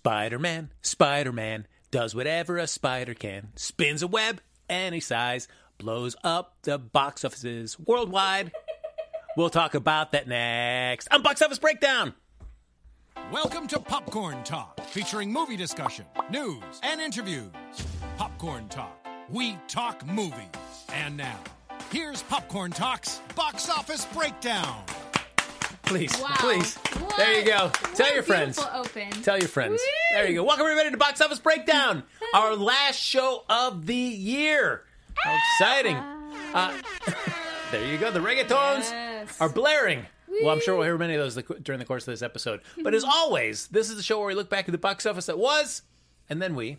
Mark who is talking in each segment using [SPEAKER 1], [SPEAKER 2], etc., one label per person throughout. [SPEAKER 1] Spider Man, Spider Man, does whatever a spider can, spins a web any size, blows up the box offices worldwide. we'll talk about that next on Box Office Breakdown.
[SPEAKER 2] Welcome to Popcorn Talk, featuring movie discussion, news, and interviews. Popcorn Talk, we talk movies. And now, here's Popcorn Talk's box office breakdown.
[SPEAKER 1] Please,
[SPEAKER 3] Wow.
[SPEAKER 1] please. There you go.
[SPEAKER 3] What-
[SPEAKER 1] Tell
[SPEAKER 3] what
[SPEAKER 1] your
[SPEAKER 3] a
[SPEAKER 1] friends.
[SPEAKER 3] beautiful Open.
[SPEAKER 1] Tell your friends. There you go. Welcome everybody to Box Office Breakdown, our last show of the year. How exciting! Uh, there you go. The reggaetons
[SPEAKER 3] Yes.
[SPEAKER 1] are blaring. Well, I'm sure we'll hear many of those the- during the course of this episode. But as always, this is the show where we look back at the box office that was, and then we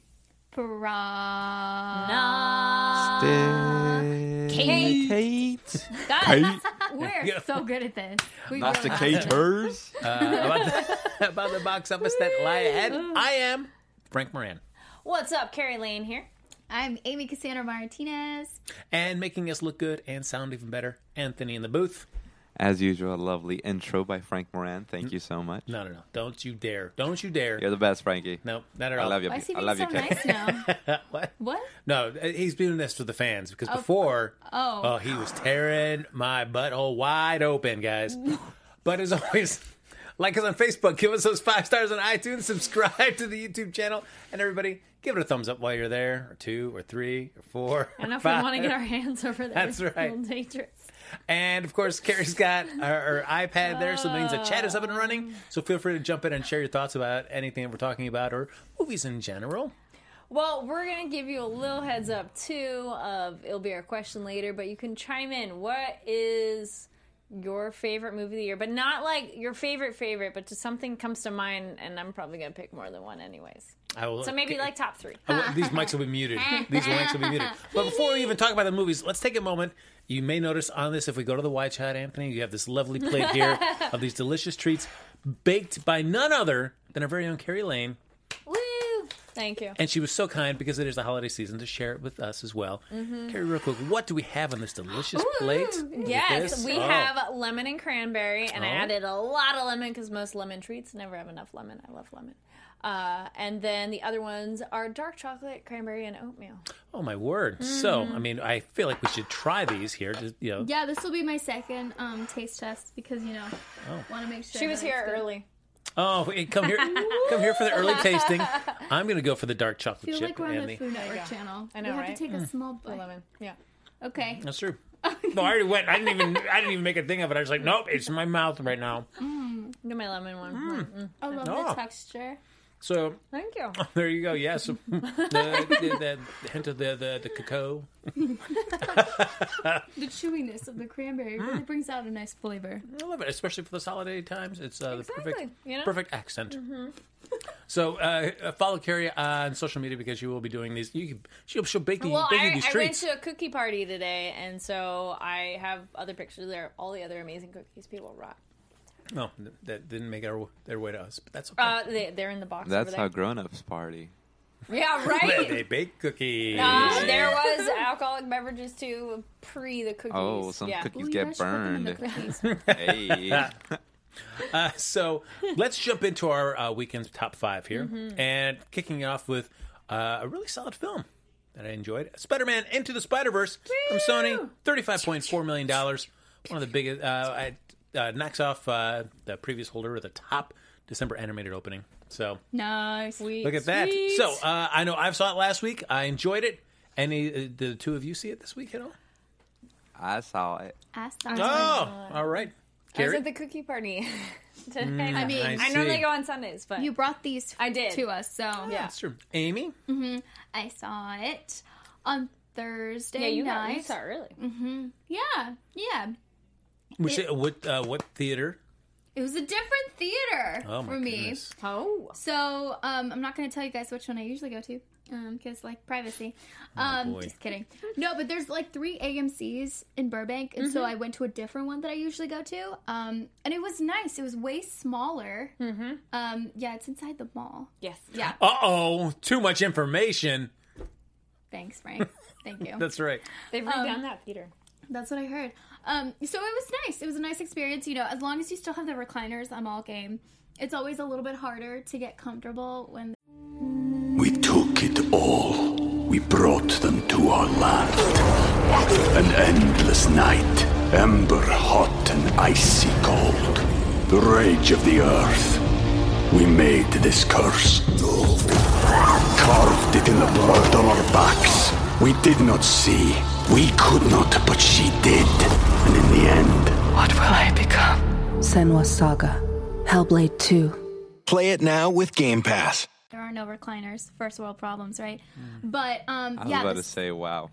[SPEAKER 3] Piranha. Kate.
[SPEAKER 4] Kate.
[SPEAKER 3] Guys, we're so good at this. We really are.
[SPEAKER 4] hers.
[SPEAKER 1] uh, about, the, about the box office that lie ahead. I am Frank Moran,
[SPEAKER 5] What's up, Carrie Lane here?
[SPEAKER 3] I'm Amy Cassandra Martinez.
[SPEAKER 1] and making us look good and sound even better, Anthony in the booth.
[SPEAKER 4] As usual, a lovely intro by Frank Moran. Thank you so much.
[SPEAKER 1] No, no, no! Don't you dare! Don't you dare!
[SPEAKER 4] You're the best, Frankie.
[SPEAKER 1] No, not at
[SPEAKER 4] I
[SPEAKER 1] all.
[SPEAKER 4] love you.
[SPEAKER 3] Why is he
[SPEAKER 4] I
[SPEAKER 3] being
[SPEAKER 4] love
[SPEAKER 3] so
[SPEAKER 4] you,
[SPEAKER 3] nice
[SPEAKER 4] Kate.
[SPEAKER 3] now?
[SPEAKER 1] What?
[SPEAKER 3] what?
[SPEAKER 1] No, uh, he's doing this for the fans because before,
[SPEAKER 3] oh.
[SPEAKER 1] he was tearing my butthole wide open, guys. but as always, like us on Facebook, give us those five stars on iTunes, subscribe to the YouTube channel, and everybody, give it a thumbs up while you're there, or two, or three, or four.
[SPEAKER 3] I don't know
[SPEAKER 1] or
[SPEAKER 3] if we
[SPEAKER 1] five.
[SPEAKER 3] want to get our hands over there.
[SPEAKER 1] That's
[SPEAKER 3] It's a
[SPEAKER 1] right.
[SPEAKER 3] little dangerous.
[SPEAKER 1] And of course, Carrie's got her, her iPad there, so that means the chat is up and
[SPEAKER 3] Um.
[SPEAKER 1] running. So feel free to jump in and share your thoughts about anything that we're talking about or movies in general.
[SPEAKER 5] Well, we're gonna give you a little heads up too. Of it'll be our question later, but you can chime in. What is your favorite movie of the year? But not like your favorite favorite, but just something comes to mind, and I'm probably gonna pick more than one, anyways.
[SPEAKER 1] I will
[SPEAKER 5] So maybe like top three.
[SPEAKER 1] I want- these mics will be muted. These mics will be muted. But before we even talk about the movies, let's take a moment. You may notice on this, if we go to the White Shot, Anthony, you have this lovely plate here of these delicious treats baked by none other than our very own Carrie Lane.
[SPEAKER 5] Woo! Thank you.
[SPEAKER 1] And she was so kind because it is the holiday season to share it with us as well.
[SPEAKER 6] Mm-hmm.
[SPEAKER 1] Carrie, real quick, what do we have on this delicious plate? Look at
[SPEAKER 5] Yes,
[SPEAKER 1] this.
[SPEAKER 5] we
[SPEAKER 1] Oh.
[SPEAKER 5] have lemon and cranberry, and I
[SPEAKER 1] Oh.
[SPEAKER 5] added a lot of lemon because most lemon treats never have enough lemon. I love lemon. Uh, and then the other ones are dark chocolate, cranberry, and oatmeal.
[SPEAKER 1] Oh my word! So I mean, I feel like we should try these here. Just, you know,
[SPEAKER 6] Mm-hmm. Yeah, this will be my second um, taste test because you know, want to make sure.
[SPEAKER 5] She was
[SPEAKER 6] that it's
[SPEAKER 5] here
[SPEAKER 6] good.
[SPEAKER 5] early.
[SPEAKER 1] oh, wait, come here, come here for the early tasting. I'm gonna go for the
[SPEAKER 6] I
[SPEAKER 1] dark chocolate
[SPEAKER 6] feel
[SPEAKER 1] chip,
[SPEAKER 6] like we're on the
[SPEAKER 1] Anthony.
[SPEAKER 6] Food Network channel.
[SPEAKER 5] I know,
[SPEAKER 6] we have
[SPEAKER 5] right?
[SPEAKER 6] to take a small bite.
[SPEAKER 5] Lemon. Yeah.
[SPEAKER 6] Okay,
[SPEAKER 1] That's true. no, I already went. I didn't even. I didn't even make a thing of it. I was like, nope, it's in my mouth right now.
[SPEAKER 5] Do my lemon one. Mm.
[SPEAKER 6] I love
[SPEAKER 1] Oh.
[SPEAKER 6] the texture.
[SPEAKER 1] So
[SPEAKER 5] Thank you.
[SPEAKER 1] there you go. Yes, the, the, the hint of the the, the cocoa.
[SPEAKER 6] The chewiness of the cranberry really brings out a nice flavor.
[SPEAKER 1] Hmm. I love it, especially for the holiday times. It's uh, the perfect
[SPEAKER 5] Exactly, you know?
[SPEAKER 1] perfect accent. So uh, follow Carrie on social media because you will be doing these. You can, she'll, she'll bake, you-
[SPEAKER 5] Well,
[SPEAKER 1] bake you
[SPEAKER 5] I,
[SPEAKER 1] these
[SPEAKER 5] I went
[SPEAKER 1] treats.
[SPEAKER 5] to a cookie party today, and so I have other pictures there of all the other amazing cookies people rock.
[SPEAKER 1] No, th- that didn't make our, their way to us, but that's okay.
[SPEAKER 5] Uh, they, they're in the box.
[SPEAKER 4] That's how
[SPEAKER 5] over
[SPEAKER 4] grown-ups party.
[SPEAKER 5] there. Yeah,
[SPEAKER 1] they,
[SPEAKER 5] right.
[SPEAKER 1] they bake cookies.
[SPEAKER 5] Uh, there was alcoholic beverages too pre the cookies.
[SPEAKER 4] Oh, some
[SPEAKER 5] yeah.
[SPEAKER 4] cookies
[SPEAKER 6] Ooh, you
[SPEAKER 4] get
[SPEAKER 6] guys should work on the cookies.
[SPEAKER 4] burned. hey.
[SPEAKER 1] So let's jump into our uh, weekend's top five here,
[SPEAKER 5] Mm-hmm.
[SPEAKER 1] and kicking it off with uh, a really solid film that I enjoyed: Spider-Man: Into the Spider-Verse from Sony, thirty-five point four million dollars. One of the biggest. Uh, I, uh, knocks off uh, the previous holder of the top December animated opening. So
[SPEAKER 5] Nice. Sweet.
[SPEAKER 1] look at that.
[SPEAKER 5] Sweet.
[SPEAKER 1] So uh, I know I've saw it last week. I enjoyed it. Any uh, the two of you see it this week at all?
[SPEAKER 4] I saw it.
[SPEAKER 5] I saw
[SPEAKER 1] Oh, all right.
[SPEAKER 5] I was
[SPEAKER 1] Carrie?
[SPEAKER 5] at the cookie party. today.
[SPEAKER 1] Mm,
[SPEAKER 5] I mean,
[SPEAKER 1] I
[SPEAKER 5] I, normally
[SPEAKER 1] see.
[SPEAKER 5] go on Sundays, but
[SPEAKER 6] You brought these
[SPEAKER 5] I did.
[SPEAKER 6] to us, so yeah.
[SPEAKER 1] That's true. Amy?
[SPEAKER 6] hmm I saw it on Thursday
[SPEAKER 5] Yeah, you got-
[SPEAKER 6] night.
[SPEAKER 5] you saw it early.
[SPEAKER 6] hmm Yeah, yeah.
[SPEAKER 1] Which,
[SPEAKER 6] It-
[SPEAKER 1] uh, what, uh, what theater?
[SPEAKER 6] It was a different theater
[SPEAKER 1] Oh, my
[SPEAKER 6] for me.
[SPEAKER 1] goodness.
[SPEAKER 5] Oh.
[SPEAKER 6] So um, I'm not going to tell you guys which one I usually go to because, like, privacy. Um,
[SPEAKER 5] boy.
[SPEAKER 6] Just kidding. No, but there's like three AMC's in Burbank, and so
[SPEAKER 5] Mhm.
[SPEAKER 6] I went to a different one that I usually go to. Um, and it was nice. It was way smaller. Mm-hmm. Um, yeah, it's inside the mall.
[SPEAKER 5] Yes.
[SPEAKER 6] Yeah.
[SPEAKER 1] Uh oh, too much information.
[SPEAKER 6] Thanks, Frank. Thank you.
[SPEAKER 1] That's right.
[SPEAKER 5] They've
[SPEAKER 6] Um,
[SPEAKER 5] redone that theater.
[SPEAKER 6] That's what I heard. Um, so it was nice. It was a nice experience. You know, as long as you still have the recliners, I'm all game. It's always a little bit harder to get comfortable when
[SPEAKER 7] We took it all. We brought them to our land. An endless night, ember hot and icy cold. The rage of the earth. We made this curse. Carved it in the blood on our backs. We did not see. We could not, but she did. And in the end,
[SPEAKER 8] What will I become? Senwa Saga. Hellblade 2.
[SPEAKER 9] Play it now with Game Pass.
[SPEAKER 6] there are no recliners. First world problems, right?
[SPEAKER 1] Mm.
[SPEAKER 6] But um,
[SPEAKER 4] I was
[SPEAKER 6] yeah,
[SPEAKER 4] about
[SPEAKER 6] the-
[SPEAKER 4] to say, wow.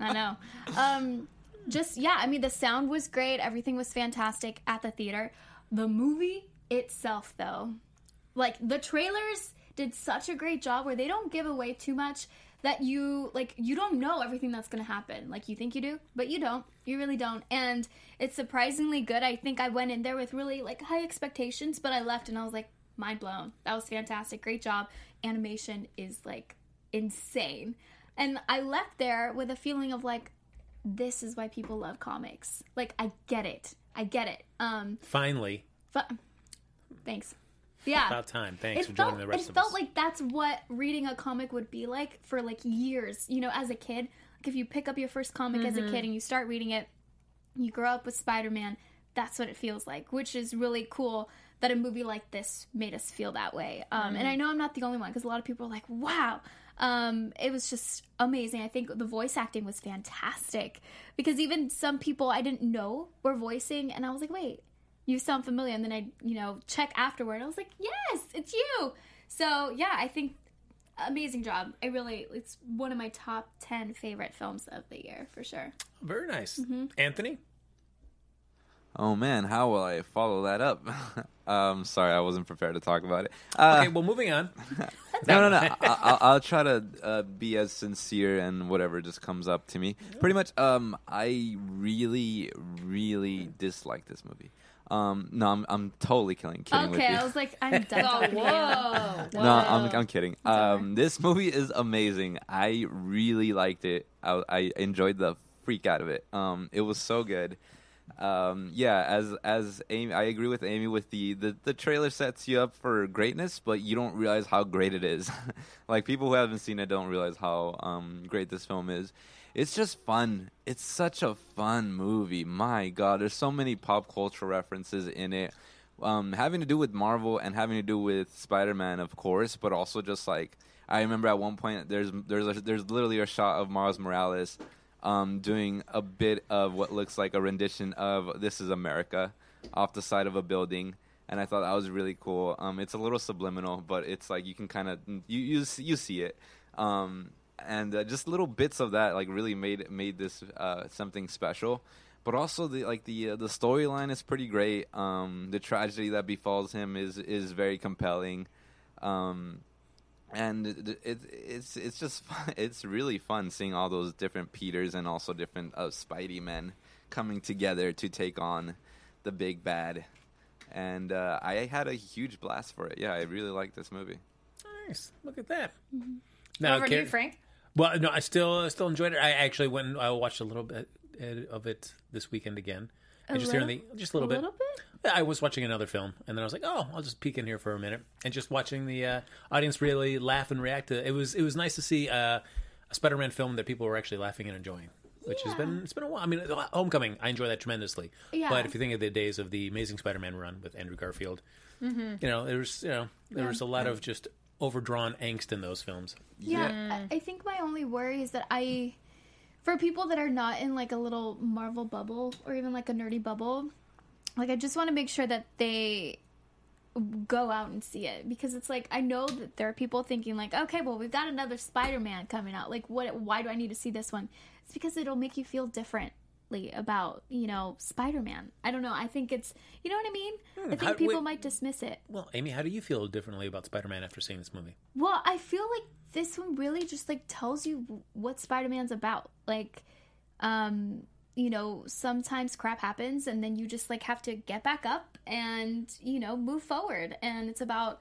[SPEAKER 6] I know. Um, just yeah, I mean the sound was great. Everything was fantastic at the theater. The movie itself, though, like the trailers did such a great job where they don't give away too much that you like you don't know everything that's going to happen like you think you do but you don't you really don't and it's surprisingly good i think i went in there with really like high expectations but i left and i was like mind blown that was fantastic great job animation is like insane and i left there with a feeling of like this is why people love comics like i get it i get it um
[SPEAKER 1] Finally,
[SPEAKER 6] but thanks yeah
[SPEAKER 1] about time. Thanks
[SPEAKER 6] it
[SPEAKER 1] for
[SPEAKER 6] felt,
[SPEAKER 1] joining the rest
[SPEAKER 6] it
[SPEAKER 1] of
[SPEAKER 6] felt
[SPEAKER 1] us.
[SPEAKER 6] like that's what reading a comic would be like for like years you know as a kid like if you pick up your first comic as a
[SPEAKER 5] Mhm.
[SPEAKER 6] kid and you start reading it you grow up with spider-man that's what it feels like which is really cool that a movie like this made us feel that way um, and
[SPEAKER 5] Mhm.
[SPEAKER 6] i know i'm not the only one because a lot of people are like wow um, it was just amazing i think the voice acting was fantastic because even some people i didn't know were voicing and i was like wait you sound familiar and then i you know check afterward i was like yes it's you so yeah i think amazing job i really it's one of my top 10 favorite films of the year for sure
[SPEAKER 1] Very nice.
[SPEAKER 6] Mhm.
[SPEAKER 1] Anthony?
[SPEAKER 4] Oh man, how will I follow that up? um, sorry, I wasn't prepared to talk about it.
[SPEAKER 1] okay, well, moving on.
[SPEAKER 4] no, no, no. I, I'll, I'll try to uh, be as sincere and whatever just comes up to me. Pretty much, um, I really, really dislike this movie. Um, no, I'm, I'm totally killing, kidding with
[SPEAKER 6] okay
[SPEAKER 4] you.
[SPEAKER 6] i was like i'm done
[SPEAKER 5] Oh,
[SPEAKER 6] talking to you.
[SPEAKER 5] whoa.
[SPEAKER 4] No, I'm, I'm kidding. Um, this movie is amazing. I really liked it. I, I enjoyed the freak out of it. Um, it was so good. Um, yeah, as as Amy, I agree with Amy with the, the the trailer sets you up for greatness, but you don't realize how great it is. like people who haven't seen it don't realize how um, great this film is. It's just fun. It's such a fun movie. My God, there's so many pop culture references in it um, having to do with Marvel and having to do with Spider Man, of course, but also just like I remember at one point there's there's a, there's literally a shot of Miles Morales um, doing a bit of what looks like a rendition of "This Is America" off the side of a building, and I thought that was really cool. Um, it's a little subliminal, but it's like you can kind of you you s- you see it. Um, and uh, just little bits of that like really made made this uh, something special but also the like the uh, the storyline is pretty great. Um, the tragedy that befalls him is is very compelling, um, and it, it, it's it's just fun. it's really fun seeing all those different Peters and also different uh, Spidey men coming together to take on the big bad. And uh, I had a huge blast for it. Yeah, I really liked this movie.
[SPEAKER 1] Nice. Look at that.
[SPEAKER 6] Mm-hmm.
[SPEAKER 5] Now, Over to you,
[SPEAKER 1] Carrie-
[SPEAKER 5] Frank.
[SPEAKER 1] Well, no, I still I still enjoyed it. I actually went and I watched a little bit uh, of it this weekend again.
[SPEAKER 6] A
[SPEAKER 1] And just hearing the
[SPEAKER 6] little-
[SPEAKER 1] just a little
[SPEAKER 6] a
[SPEAKER 1] bit.
[SPEAKER 6] little
[SPEAKER 1] Yeah, I was watching another film, and then I was like, "Oh, I'll just peek in here for a minute," and just watching the uh, audience really laugh and react to it. it was it was nice to see uh, a Spider-Man film that people were actually laughing and enjoying. which has been it's been a while. I mean, uh, Homecoming, I enjoy that tremendously.
[SPEAKER 6] Yeah.
[SPEAKER 1] But if you think of the days of the Amazing Spider-Man run with Andrew Garfield,
[SPEAKER 6] Mhm.
[SPEAKER 1] you know there was you know there
[SPEAKER 6] Yeah.
[SPEAKER 1] was a lot of just overdrawn angst in those films.
[SPEAKER 6] Yeah, I I think my only worry is that I, for people that are not in like a little Marvel bubble or even like a nerdy bubble, like I just want to make sure that they go out and see it because it's like I know that there are people thinking like, okay, well we've got another Spider-Man coming out. Like, what? Why do I need to see this one? It's because it'll make you feel differently about you know spider-man i don't know i think it's you know what i mean i think
[SPEAKER 1] how-
[SPEAKER 6] people
[SPEAKER 1] wait.
[SPEAKER 6] might dismiss it
[SPEAKER 1] Well, Amy, how do you feel differently about Spider-Man after seeing this movie?
[SPEAKER 6] Well, I feel like this one really just like tells you what Spider-Man's about. Like um you know, sometimes crap happens and then you just like have to get back up and, you know, move forward. And it's about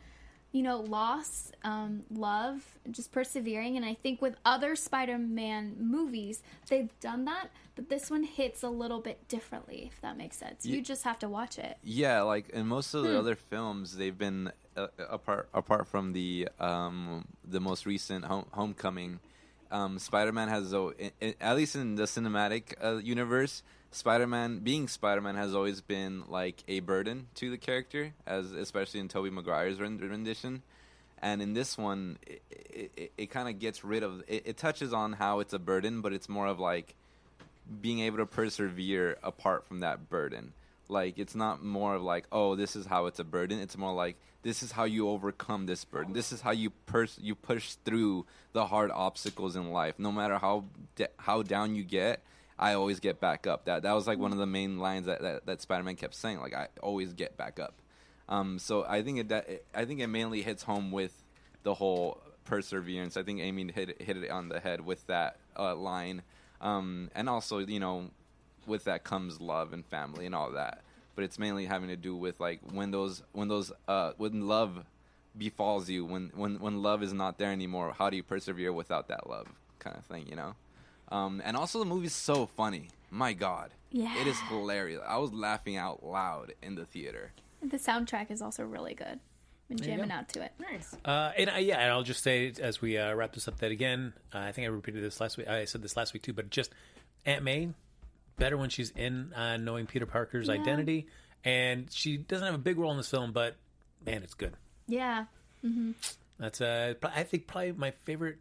[SPEAKER 6] you know, loss, um, love, just persevering. And I think with other Spider Man movies, they've done that, but this one hits a little bit differently, if that makes sense.
[SPEAKER 4] Ye-
[SPEAKER 6] You just have to watch it.
[SPEAKER 4] Yeah, like in most of the
[SPEAKER 6] Hmm.
[SPEAKER 4] other films, they've been uh, apart apart from the um, the most recent home, Homecoming. Um, Spider-Man has al- i- i- at least in the cinematic uh, universe, Spider-Man being Spider-Man has always been like a burden to the character, as especially in Tobey Maguire's rend- rendition. And in this one, it, it, it kind of gets rid of it, it. touches on how it's a burden, but it's more of like being able to persevere apart from that burden. Like it's not more of like, oh, this is how it's a burden. It's more like this is how you overcome this burden. This is how you pers- you push through the hard obstacles in life. No matter how de- how down you get, I always get back up. That that was like one of the main lines that that, that Spider Man kept saying. Like I always get back up. Um, so I think it that I think it mainly hits home with the whole perseverance. I think Amy hit it- hit it on the head with that uh, line, um, and also you know, with that comes love and family and all that. But it's mainly having to do with like when those when those uh, when love befalls you when when when love is not there anymore. How do you persevere without that love kind of thing? You know, um, and also the movie's so funny. My God,
[SPEAKER 6] Yeah.
[SPEAKER 4] it is hilarious. I was laughing out loud in the theater.
[SPEAKER 6] The soundtrack is also really good. I've been
[SPEAKER 1] There you
[SPEAKER 6] jamming
[SPEAKER 1] go.
[SPEAKER 6] out to it.
[SPEAKER 5] Nice.
[SPEAKER 1] Uh, and I, yeah, and I'll just say as we uh, wrap this up that again, uh, I think I repeated this last week. I said this last week too, but just Aunt May better when she's in uh, knowing Peter Parker's
[SPEAKER 6] Yeah.
[SPEAKER 1] identity, and she doesn't have a big role in this film, but man, it's good.
[SPEAKER 6] Yeah. hmm
[SPEAKER 1] That's uh, pro- I think probably my favorite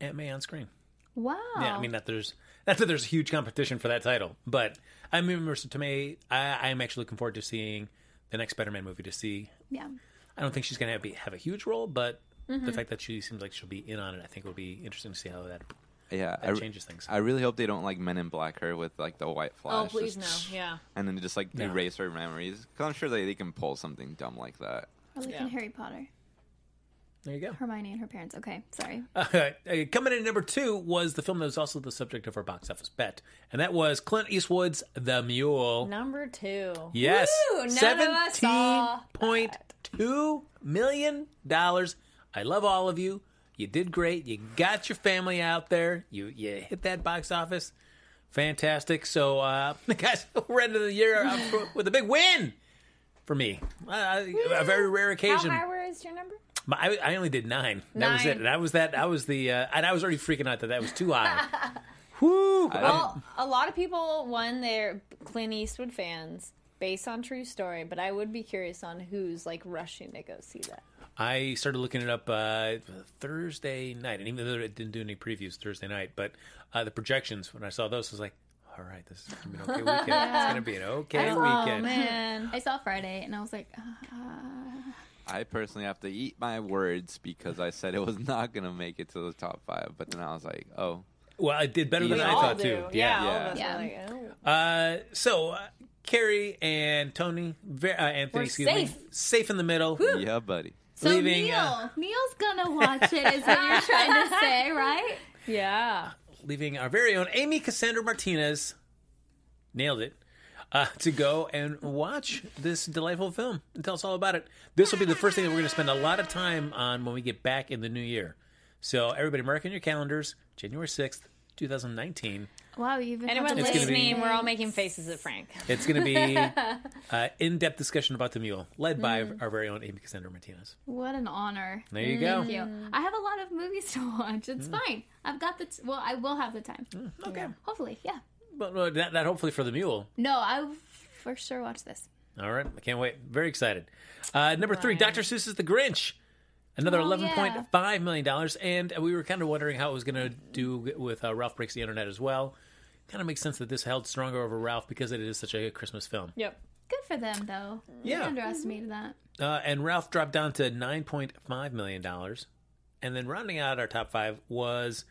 [SPEAKER 1] Aunt May on screen.
[SPEAKER 6] Wow.
[SPEAKER 1] Yeah, I mean that there's not that there's huge competition for that title, but I mean, Marissa Tomei, I, I'm actually looking forward to seeing the next Spider-Man movie to see
[SPEAKER 6] Yeah.
[SPEAKER 1] I don't think she's going to be, have a huge role, but the
[SPEAKER 6] Mhm.
[SPEAKER 1] fact that she seems like she'll be in on it, I think will be interesting to see how that.
[SPEAKER 4] Yeah,
[SPEAKER 1] That changes things.
[SPEAKER 4] I really hope they don't like Men in Black her with like the white flash.
[SPEAKER 5] Oh, please
[SPEAKER 4] just-
[SPEAKER 5] no. Yeah.
[SPEAKER 4] And then just like
[SPEAKER 1] No.
[SPEAKER 4] erase her memories. 'Cause I'm sure they, they can pull something dumb like that.
[SPEAKER 6] Or like in Harry Potter.
[SPEAKER 1] There you go.
[SPEAKER 6] Hermione and her parents. Okay, sorry.
[SPEAKER 1] Uh, coming in at number two was the film that was also the subject of our box office bet, and that was Clint Eastwood's The Mule.
[SPEAKER 5] Number two.
[SPEAKER 1] Yes,
[SPEAKER 5] Woo! None of us
[SPEAKER 1] seventeen
[SPEAKER 5] saw.
[SPEAKER 1] point two million dollars. I love all of you. You did great. You got your family out there. You you hit that box office. Fantastic. So, uh, guys, we're ending the year up for- with a big win for me. Uh, a very rare occasion.
[SPEAKER 5] How high was your number?
[SPEAKER 1] My- I, I only did nine. That was
[SPEAKER 5] Nine.
[SPEAKER 1] it. And I was that. I was the. Uh, and I was already freaking out that that was too high. Whoo!
[SPEAKER 5] Well, a lot of people won their Clint Eastwood fans based on true story, but I would be curious on who's like rushing to go see that.
[SPEAKER 1] I started looking it up uh, Thursday night, and even though it didn't do any previews Thursday night, but uh, the projections when I saw those, I was like, "All right, this is gonna be an okay weekend. It's gonna be an okay weekend."
[SPEAKER 6] man. I saw Friday and I was like, uh,
[SPEAKER 4] I personally have to eat my words because I said it was not gonna make it to the top five. But then I was like, oh.
[SPEAKER 1] Well, it did better than
[SPEAKER 4] We
[SPEAKER 1] I
[SPEAKER 4] all
[SPEAKER 1] thought
[SPEAKER 4] do.
[SPEAKER 1] too.
[SPEAKER 5] Oh,
[SPEAKER 4] Yeah, all of us
[SPEAKER 6] Yeah.
[SPEAKER 1] Uh, so uh, Carrie and Tony, Ver- uh, Anthony,
[SPEAKER 6] We're
[SPEAKER 1] excuse me, safe in the middle.
[SPEAKER 4] Yeah, buddy.
[SPEAKER 6] so
[SPEAKER 1] Leaving,
[SPEAKER 6] Neil,
[SPEAKER 1] uh,
[SPEAKER 6] Neil's gonna watch it, is what you're trying to say, right?
[SPEAKER 5] Yeah.
[SPEAKER 1] leaving our very own Amy Cassandra Martinez, nailed it, uh, to go and watch this delightful film and tell us all about it. This will be the first thing that we're going to spend a lot of time on when we get back in the new year. So, everybody, mark in your calendars January 6th, 2019.
[SPEAKER 6] Wow, you even
[SPEAKER 5] Anyone
[SPEAKER 6] have to
[SPEAKER 5] listening,
[SPEAKER 1] be-
[SPEAKER 5] we're all making faces at Frank.
[SPEAKER 1] It's going to be uh, in-depth discussion about the mule, led by our very own Amy Cassandra Martinez.
[SPEAKER 6] Mm-hmm. What an honor.
[SPEAKER 1] There you go. Mm.
[SPEAKER 6] Thank you. I have a lot of movies to watch. It's fine. I've got the t- well, I will have the time.
[SPEAKER 1] Okay.
[SPEAKER 6] Hopefully, yeah.
[SPEAKER 1] But uh, that, that hopefully for the mule.
[SPEAKER 6] No, I will for sure watch this.
[SPEAKER 1] All right, I can't wait. Very excited. Uh, number three, Dr. Seuss's The Grinch. Another
[SPEAKER 6] Oh,
[SPEAKER 1] eleven
[SPEAKER 6] yeah.
[SPEAKER 1] point five million dollars, and we were kind of wondering how it was going to do with uh, Ralph breaks the Internet as well. Kind of makes sense that this held stronger over Ralph because it is such a Christmas film.
[SPEAKER 5] Yep.
[SPEAKER 6] Good for them though.
[SPEAKER 1] Yeah.
[SPEAKER 6] I underestimated that.
[SPEAKER 1] Uh, and Ralph dropped down to nine point five million dollars, and then rounding out our top five was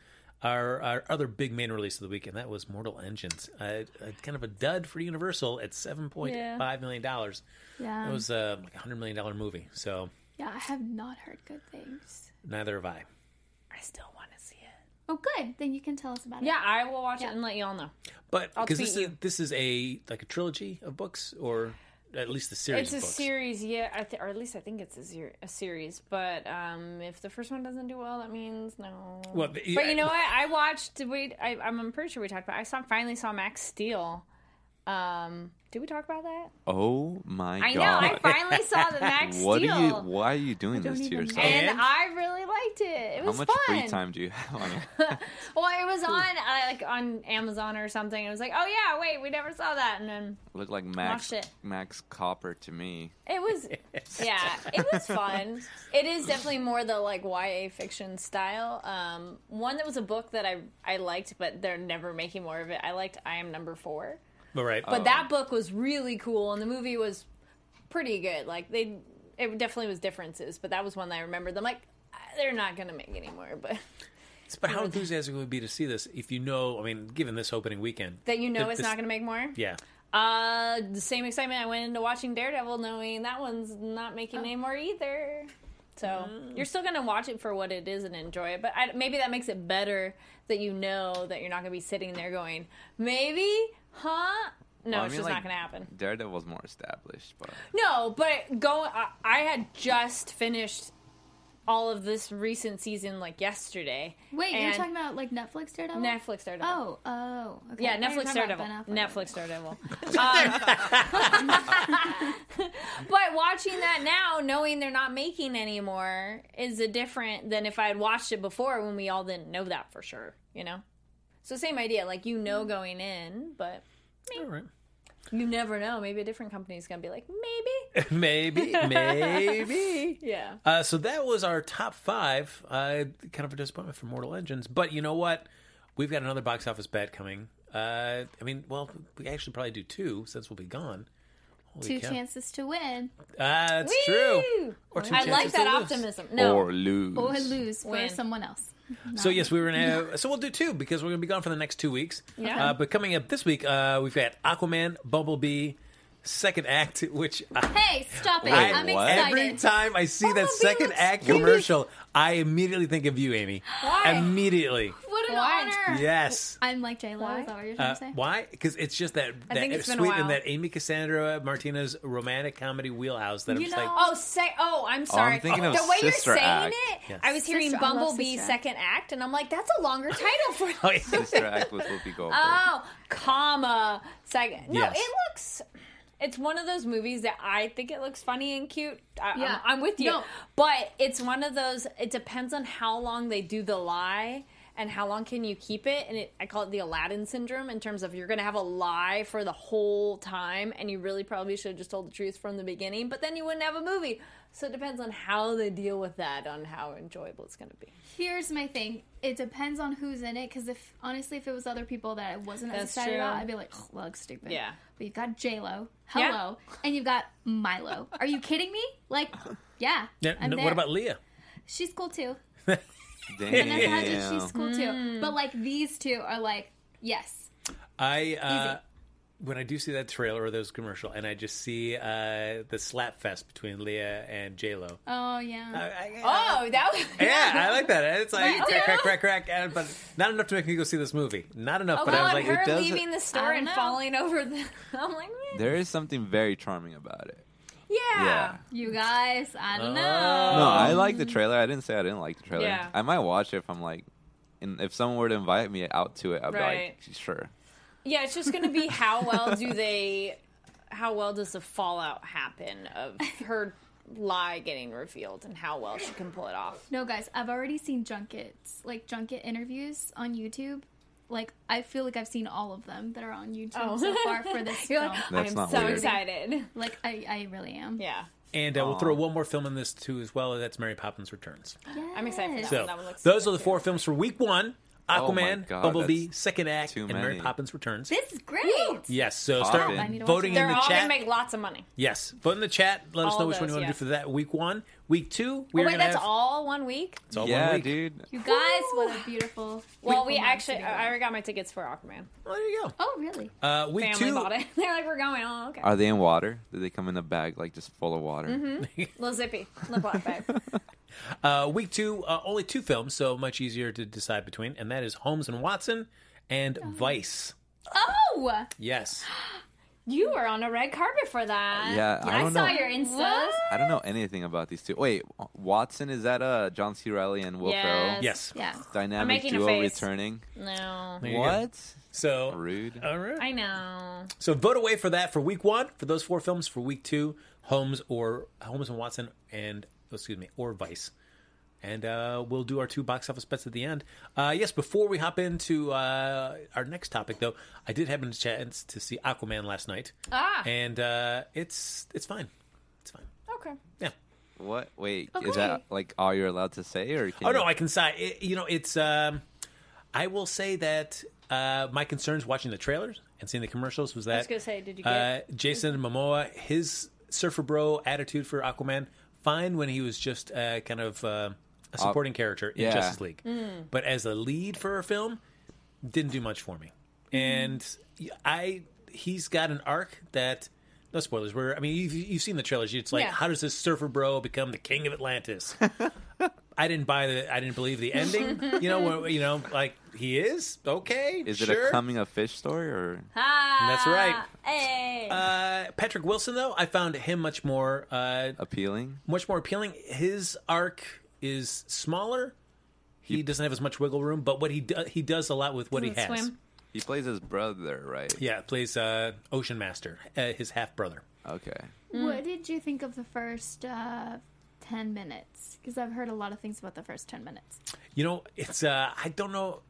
[SPEAKER 1] our, our other big main release of the week, and that was Mortal Engines. Uh, uh, kind of a dud for Universal at seven point five million dollars.
[SPEAKER 6] Yeah.
[SPEAKER 1] It was uh, like a hundred million dollar movie, so
[SPEAKER 6] Yeah, I have not heard good things.
[SPEAKER 1] neither have I.
[SPEAKER 5] I still want to see it.
[SPEAKER 6] Oh, good. Then you can tell us about it.
[SPEAKER 5] Yeah, I will watch it and let you all know.
[SPEAKER 1] But
[SPEAKER 5] I'll
[SPEAKER 1] because this
[SPEAKER 5] tweet
[SPEAKER 1] is this is a like a trilogy of books, or at least a series.
[SPEAKER 5] it's
[SPEAKER 1] of
[SPEAKER 5] a
[SPEAKER 1] books.
[SPEAKER 5] series, yeah, I th- or at least I think it's a, ser- a series. But um, if the first one doesn't do well, that means no.
[SPEAKER 1] Well, the-
[SPEAKER 5] but you know what? I watched. We, I, I'm pretty sure we talked about. I saw finally saw Max Steel. Um, did we talk about that?
[SPEAKER 4] Oh my
[SPEAKER 5] I know.
[SPEAKER 4] god!
[SPEAKER 5] I finally saw the Max
[SPEAKER 4] what
[SPEAKER 5] Steel,
[SPEAKER 4] are you? Why are you doing this to yourself?
[SPEAKER 5] and I really liked it. It
[SPEAKER 4] How
[SPEAKER 5] was
[SPEAKER 4] much
[SPEAKER 5] fun.
[SPEAKER 4] free time do you have on it?
[SPEAKER 5] Well, it was on uh, like on Amazon or something. It was like, oh yeah, wait, we never saw that, and then
[SPEAKER 4] Looked like Max
[SPEAKER 5] Watch it.
[SPEAKER 4] Max Copper to me.
[SPEAKER 5] it was, yeah, it was fun. It is definitely more the like YA fiction style. Um, one that was a book that I I liked, but they're never making more of it. I liked I Am Number Four,
[SPEAKER 1] All right,
[SPEAKER 5] but that book was really cool, and the movie was pretty good. Like they, it definitely was differences, but that was one that I remembered. I'm like, "Ah, they're not gonna make anymore, but
[SPEAKER 1] but how enthusiastic would we be to see this if you know? I mean, given this opening weekend,
[SPEAKER 5] that you know
[SPEAKER 1] that
[SPEAKER 5] it's
[SPEAKER 1] this-
[SPEAKER 5] not gonna make more.
[SPEAKER 1] Yeah.
[SPEAKER 5] Uh, the same excitement I went into watching Daredevil, knowing that one's not
[SPEAKER 4] Oh.
[SPEAKER 5] making any more either. So
[SPEAKER 4] Mm.
[SPEAKER 5] you're still gonna watch it for what it is and enjoy it, but I, maybe that makes it better that you know that you're not gonna be sitting there going, maybe, huh? No,
[SPEAKER 4] Well, I
[SPEAKER 5] it's
[SPEAKER 4] mean,
[SPEAKER 5] just
[SPEAKER 4] like,
[SPEAKER 5] not gonna happen.
[SPEAKER 4] Daredevil's more established, but
[SPEAKER 5] No, but go. I, I had just finished all of this recent season like yesterday.
[SPEAKER 6] Wait, you're
[SPEAKER 5] and
[SPEAKER 6] talking about like Netflix Daredevil?
[SPEAKER 5] Netflix Daredevil.
[SPEAKER 6] Oh, oh. Okay.
[SPEAKER 5] Yeah,
[SPEAKER 6] I thought you were
[SPEAKER 5] Netflix
[SPEAKER 6] talking about
[SPEAKER 5] Daredevil.
[SPEAKER 6] Ben Affleck.
[SPEAKER 5] Netflix Daredevil. Um, but watching that now, knowing they're not making anymore, is a different than if I had watched it before when we all didn't know that for sure. You know, so same idea. Like you know
[SPEAKER 6] Hmm.
[SPEAKER 5] going in, but
[SPEAKER 1] All right.
[SPEAKER 5] you never know. Maybe a different company's gonna be like, maybe.
[SPEAKER 1] maybe, maybe.
[SPEAKER 5] Yeah.
[SPEAKER 1] Uh, so that was our top five. Uh, kind of a disappointment for Mortal Engines, but you know what? We've got another box office bet coming. Uh, I mean, well, we actually probably do two since we'll be gone. Holy
[SPEAKER 6] Two
[SPEAKER 1] cow.
[SPEAKER 6] chances to win
[SPEAKER 1] Ah, that's true. Or two
[SPEAKER 5] I like
[SPEAKER 1] chances to
[SPEAKER 5] that
[SPEAKER 1] lose.
[SPEAKER 5] optimism. No.
[SPEAKER 4] or lose.
[SPEAKER 6] or lose for
[SPEAKER 5] Win.
[SPEAKER 6] someone else.
[SPEAKER 1] So yes, we were gonna. Have, so we'll do two because we're gonna be gone for the next two weeks.
[SPEAKER 5] Yeah.
[SPEAKER 1] Uh, but coming up this week, uh, we've got Aquaman, Bumblebee, second act, which I,
[SPEAKER 6] Hey, stop it.
[SPEAKER 4] Wait,
[SPEAKER 6] I'm
[SPEAKER 4] what?
[SPEAKER 1] every
[SPEAKER 6] excited.
[SPEAKER 1] time I see that
[SPEAKER 6] Bumblebee
[SPEAKER 1] second
[SPEAKER 6] looks
[SPEAKER 1] act
[SPEAKER 6] creepy.
[SPEAKER 1] commercial, I immediately think of you, Amy.
[SPEAKER 5] Why?
[SPEAKER 1] Immediately.
[SPEAKER 6] What an
[SPEAKER 5] Why?
[SPEAKER 6] honor.
[SPEAKER 1] Yes.
[SPEAKER 6] I'm like J Lo.
[SPEAKER 5] Why?
[SPEAKER 6] Is that what you're trying
[SPEAKER 1] Uh,
[SPEAKER 6] to say?
[SPEAKER 1] why? Because it's just that,
[SPEAKER 5] I
[SPEAKER 1] that
[SPEAKER 5] think it's been a
[SPEAKER 1] sweet
[SPEAKER 5] while.
[SPEAKER 1] and that Amy Cassandra Martinez romantic comedy wheelhouse that I'm
[SPEAKER 6] You
[SPEAKER 1] just
[SPEAKER 6] know-
[SPEAKER 1] like,
[SPEAKER 5] Oh, say. Oh, I'm sorry.
[SPEAKER 4] thinking of
[SPEAKER 5] the way you're
[SPEAKER 4] Sister
[SPEAKER 5] saying
[SPEAKER 4] Act.
[SPEAKER 5] it,
[SPEAKER 1] Yes.
[SPEAKER 5] I was hearing
[SPEAKER 6] Sister- I love
[SPEAKER 5] Bumblebee's
[SPEAKER 6] Sister Act.
[SPEAKER 5] second act, and I'm like, that's a longer title for.
[SPEAKER 1] oh, yeah.
[SPEAKER 4] Sister Act with Whoopi Goldberg.
[SPEAKER 5] Oh, comma second. No,
[SPEAKER 1] Yes.
[SPEAKER 5] it looks. It's one of those movies that I think it looks funny and cute. I, I'm-
[SPEAKER 6] Yeah.
[SPEAKER 5] I'm, with you,
[SPEAKER 6] No.
[SPEAKER 5] but it's one of those. It depends on how long they do the lie and how long can you keep it. And it, I call it the Aladdin syndrome in terms of you're going to have a lie for the whole time, and you really probably should have just told the truth from the beginning, but then you wouldn't have a movie. So it depends on how they deal with that, on how enjoyable it's going to be.
[SPEAKER 6] Here's my thing. It depends on who's in it. Because if honestly, if it was other people that I wasn't as
[SPEAKER 5] That's
[SPEAKER 6] excited
[SPEAKER 5] true.
[SPEAKER 6] about, I'd be like, oh, well, looks stupid.
[SPEAKER 5] Yeah.
[SPEAKER 6] But you've got J Lo, hello,
[SPEAKER 5] Yeah.
[SPEAKER 6] and you've got Milo. Are you kidding me? Like, yeah.
[SPEAKER 1] Yeah,
[SPEAKER 6] I'm
[SPEAKER 1] no,
[SPEAKER 6] there.
[SPEAKER 1] what about Leah?
[SPEAKER 6] She's cool too. Vanessa Hudgens,
[SPEAKER 4] Damn.
[SPEAKER 6] she's cool too. But like these two are like, yes.
[SPEAKER 1] I uh, when I do see that trailer or those commercial, and I just see uh, the slap fest between Leah and J Lo.
[SPEAKER 6] Oh yeah.
[SPEAKER 5] Oh, that was.
[SPEAKER 1] Yeah, I like that. It's like
[SPEAKER 6] Okay.
[SPEAKER 1] crack, crack, crack, crack, and- but not enough to make me go see this movie. Not enough,
[SPEAKER 5] Oh,
[SPEAKER 1] but
[SPEAKER 5] well,
[SPEAKER 1] I was
[SPEAKER 5] and
[SPEAKER 1] like,
[SPEAKER 5] her
[SPEAKER 4] it doesn't-
[SPEAKER 5] leaving the
[SPEAKER 6] I
[SPEAKER 5] store
[SPEAKER 6] don't
[SPEAKER 5] and
[SPEAKER 6] know.
[SPEAKER 5] falling over the. I'm like, "Meh."
[SPEAKER 4] There is something very charming about it.
[SPEAKER 5] yeah.
[SPEAKER 4] Yeah.
[SPEAKER 6] you guys, I don't
[SPEAKER 1] Oh.
[SPEAKER 6] know.
[SPEAKER 4] No, I like the trailer. I didn't say I didn't like the trailer.
[SPEAKER 5] Yeah.
[SPEAKER 4] I might watch it if I'm like, and if someone were to invite me out to it, I'd
[SPEAKER 5] Right.
[SPEAKER 4] be like, sure.
[SPEAKER 5] Yeah, it's just going to be how well do they, how well does the fallout happen of her lie getting revealed and how well she can pull it off.
[SPEAKER 6] No, guys, I've already seen junkets, like junket interviews on YouTube. Like, I feel like I've seen all of them that are on YouTube
[SPEAKER 5] Oh.
[SPEAKER 6] so far for this
[SPEAKER 5] You're
[SPEAKER 6] film.
[SPEAKER 5] like,
[SPEAKER 4] That's I'm not so weird.
[SPEAKER 5] excited.
[SPEAKER 6] Like, I, I really am.
[SPEAKER 5] Yeah.
[SPEAKER 1] And uh, we'll
[SPEAKER 4] Aw.
[SPEAKER 1] throw one more film in this too as well. and That's Mary Poppins Returns.
[SPEAKER 5] I'm excited for that
[SPEAKER 1] So
[SPEAKER 5] one. Oh, That one looks
[SPEAKER 1] those are the four films for week one:
[SPEAKER 4] Oh my
[SPEAKER 1] Aquaman,
[SPEAKER 4] God,
[SPEAKER 1] Bumblebee,
[SPEAKER 4] that's
[SPEAKER 1] Second Act,
[SPEAKER 4] too
[SPEAKER 1] and Mary
[SPEAKER 4] many.
[SPEAKER 1] Poppins Returns.
[SPEAKER 6] This is great.
[SPEAKER 1] Yes. So
[SPEAKER 4] Poppin'.
[SPEAKER 6] I need to
[SPEAKER 1] start
[SPEAKER 6] watch
[SPEAKER 1] voting
[SPEAKER 6] it.
[SPEAKER 5] They're
[SPEAKER 1] in the
[SPEAKER 5] all going to
[SPEAKER 1] chat.
[SPEAKER 5] make lots of money.
[SPEAKER 1] yes, vote in the chat. Let us
[SPEAKER 5] All
[SPEAKER 1] know which
[SPEAKER 5] those,
[SPEAKER 1] one you want
[SPEAKER 5] yeah.
[SPEAKER 1] to do for that week one. Week two,
[SPEAKER 5] Oh,
[SPEAKER 1] we're
[SPEAKER 5] wait,
[SPEAKER 1] gonna
[SPEAKER 5] that's
[SPEAKER 1] have
[SPEAKER 5] all one week?
[SPEAKER 1] it's all
[SPEAKER 4] yeah,
[SPEAKER 1] one week.
[SPEAKER 4] dude.
[SPEAKER 6] You guys, what a beautiful. beautiful
[SPEAKER 5] Well, we
[SPEAKER 6] month
[SPEAKER 5] actually,
[SPEAKER 6] to be in.
[SPEAKER 5] I already got my tickets for Aquaman.
[SPEAKER 1] Well, there you
[SPEAKER 6] oh, really?
[SPEAKER 1] go. Uh, week
[SPEAKER 5] Family
[SPEAKER 1] two.
[SPEAKER 5] bought it. They're like, we're going. Oh, okay.
[SPEAKER 4] Are they in water? Do they come in a bag like just full of water?
[SPEAKER 5] Little zippy. Little black bag.
[SPEAKER 1] Uh, week two, uh, only two films, so much easier to decide between, and that is Holmes and Watson and Vice.
[SPEAKER 6] Oh!
[SPEAKER 1] Yes.
[SPEAKER 5] you were on a red carpet for that.
[SPEAKER 4] Yeah, I
[SPEAKER 5] I,
[SPEAKER 4] don't
[SPEAKER 5] saw
[SPEAKER 4] know.
[SPEAKER 5] your instas.
[SPEAKER 4] I don't know anything about these two. Wait, Watson is that uh John C. Riley and Will Ferrell?
[SPEAKER 1] Yes.
[SPEAKER 6] Yeah.
[SPEAKER 4] Dynamic
[SPEAKER 5] making a
[SPEAKER 4] duo
[SPEAKER 5] face.
[SPEAKER 4] returning.
[SPEAKER 5] No.
[SPEAKER 1] There you go.
[SPEAKER 4] What?
[SPEAKER 1] So uh,
[SPEAKER 4] Rude.
[SPEAKER 1] All right.
[SPEAKER 5] I know.
[SPEAKER 1] So vote away for that for week one for those four films for week two, Holmes or Holmes and Watson and oh, excuse me or Vice, and uh, we'll do our two box office bets at the end. Uh, yes, before we hop into uh, our next topic though, I did have a chance to see Aquaman last night,
[SPEAKER 5] Ah.
[SPEAKER 1] and uh, it's it's fine, it's fine.
[SPEAKER 5] Okay.
[SPEAKER 1] Yeah.
[SPEAKER 4] What? Wait,
[SPEAKER 6] Okay.
[SPEAKER 4] is that like all you're allowed to say, or can
[SPEAKER 1] Oh
[SPEAKER 4] you...
[SPEAKER 1] no, I can say it, you know it's. Um, I will say that uh, my concerns watching the trailers and seeing the commercials was that
[SPEAKER 5] I was gonna say, did you
[SPEAKER 1] uh,
[SPEAKER 5] get-
[SPEAKER 1] Jason Momoa his surfer bro attitude for Aquaman fine when he was just uh, kind of uh, a supporting character in
[SPEAKER 4] yeah.
[SPEAKER 1] Justice League,
[SPEAKER 5] Hmm.
[SPEAKER 1] but as a lead for a film, didn't do much for me.
[SPEAKER 5] Hmm.
[SPEAKER 1] And I he's got an arc that. No spoilers. Where I mean, you've, you've seen the trailers. It's like,
[SPEAKER 5] Yeah.
[SPEAKER 1] how does this surfer bro become the king of Atlantis? I didn't buy the. I didn't believe the ending. you know, where, you know, like he is okay.
[SPEAKER 4] Is it
[SPEAKER 1] sure.
[SPEAKER 4] a coming of fish story, or
[SPEAKER 5] Ah.
[SPEAKER 1] That's right.
[SPEAKER 5] Hey.
[SPEAKER 1] Uh, Patrick Wilson, though, I found him much more, uh,
[SPEAKER 4] appealing?
[SPEAKER 1] much more appealing. His arc is smaller. He doesn't have as much wiggle room, but what he do- he does a lot with what he
[SPEAKER 5] Doesn't
[SPEAKER 1] has.
[SPEAKER 5] swim.
[SPEAKER 4] He plays his brother, right?
[SPEAKER 1] Yeah, plays uh, Ocean Master, uh, his half brother.
[SPEAKER 4] Okay.
[SPEAKER 6] What did you think of the first uh, 10 minutes? Because I've heard a lot of things about the first 10 minutes.
[SPEAKER 1] You know, it's uh, I don't know.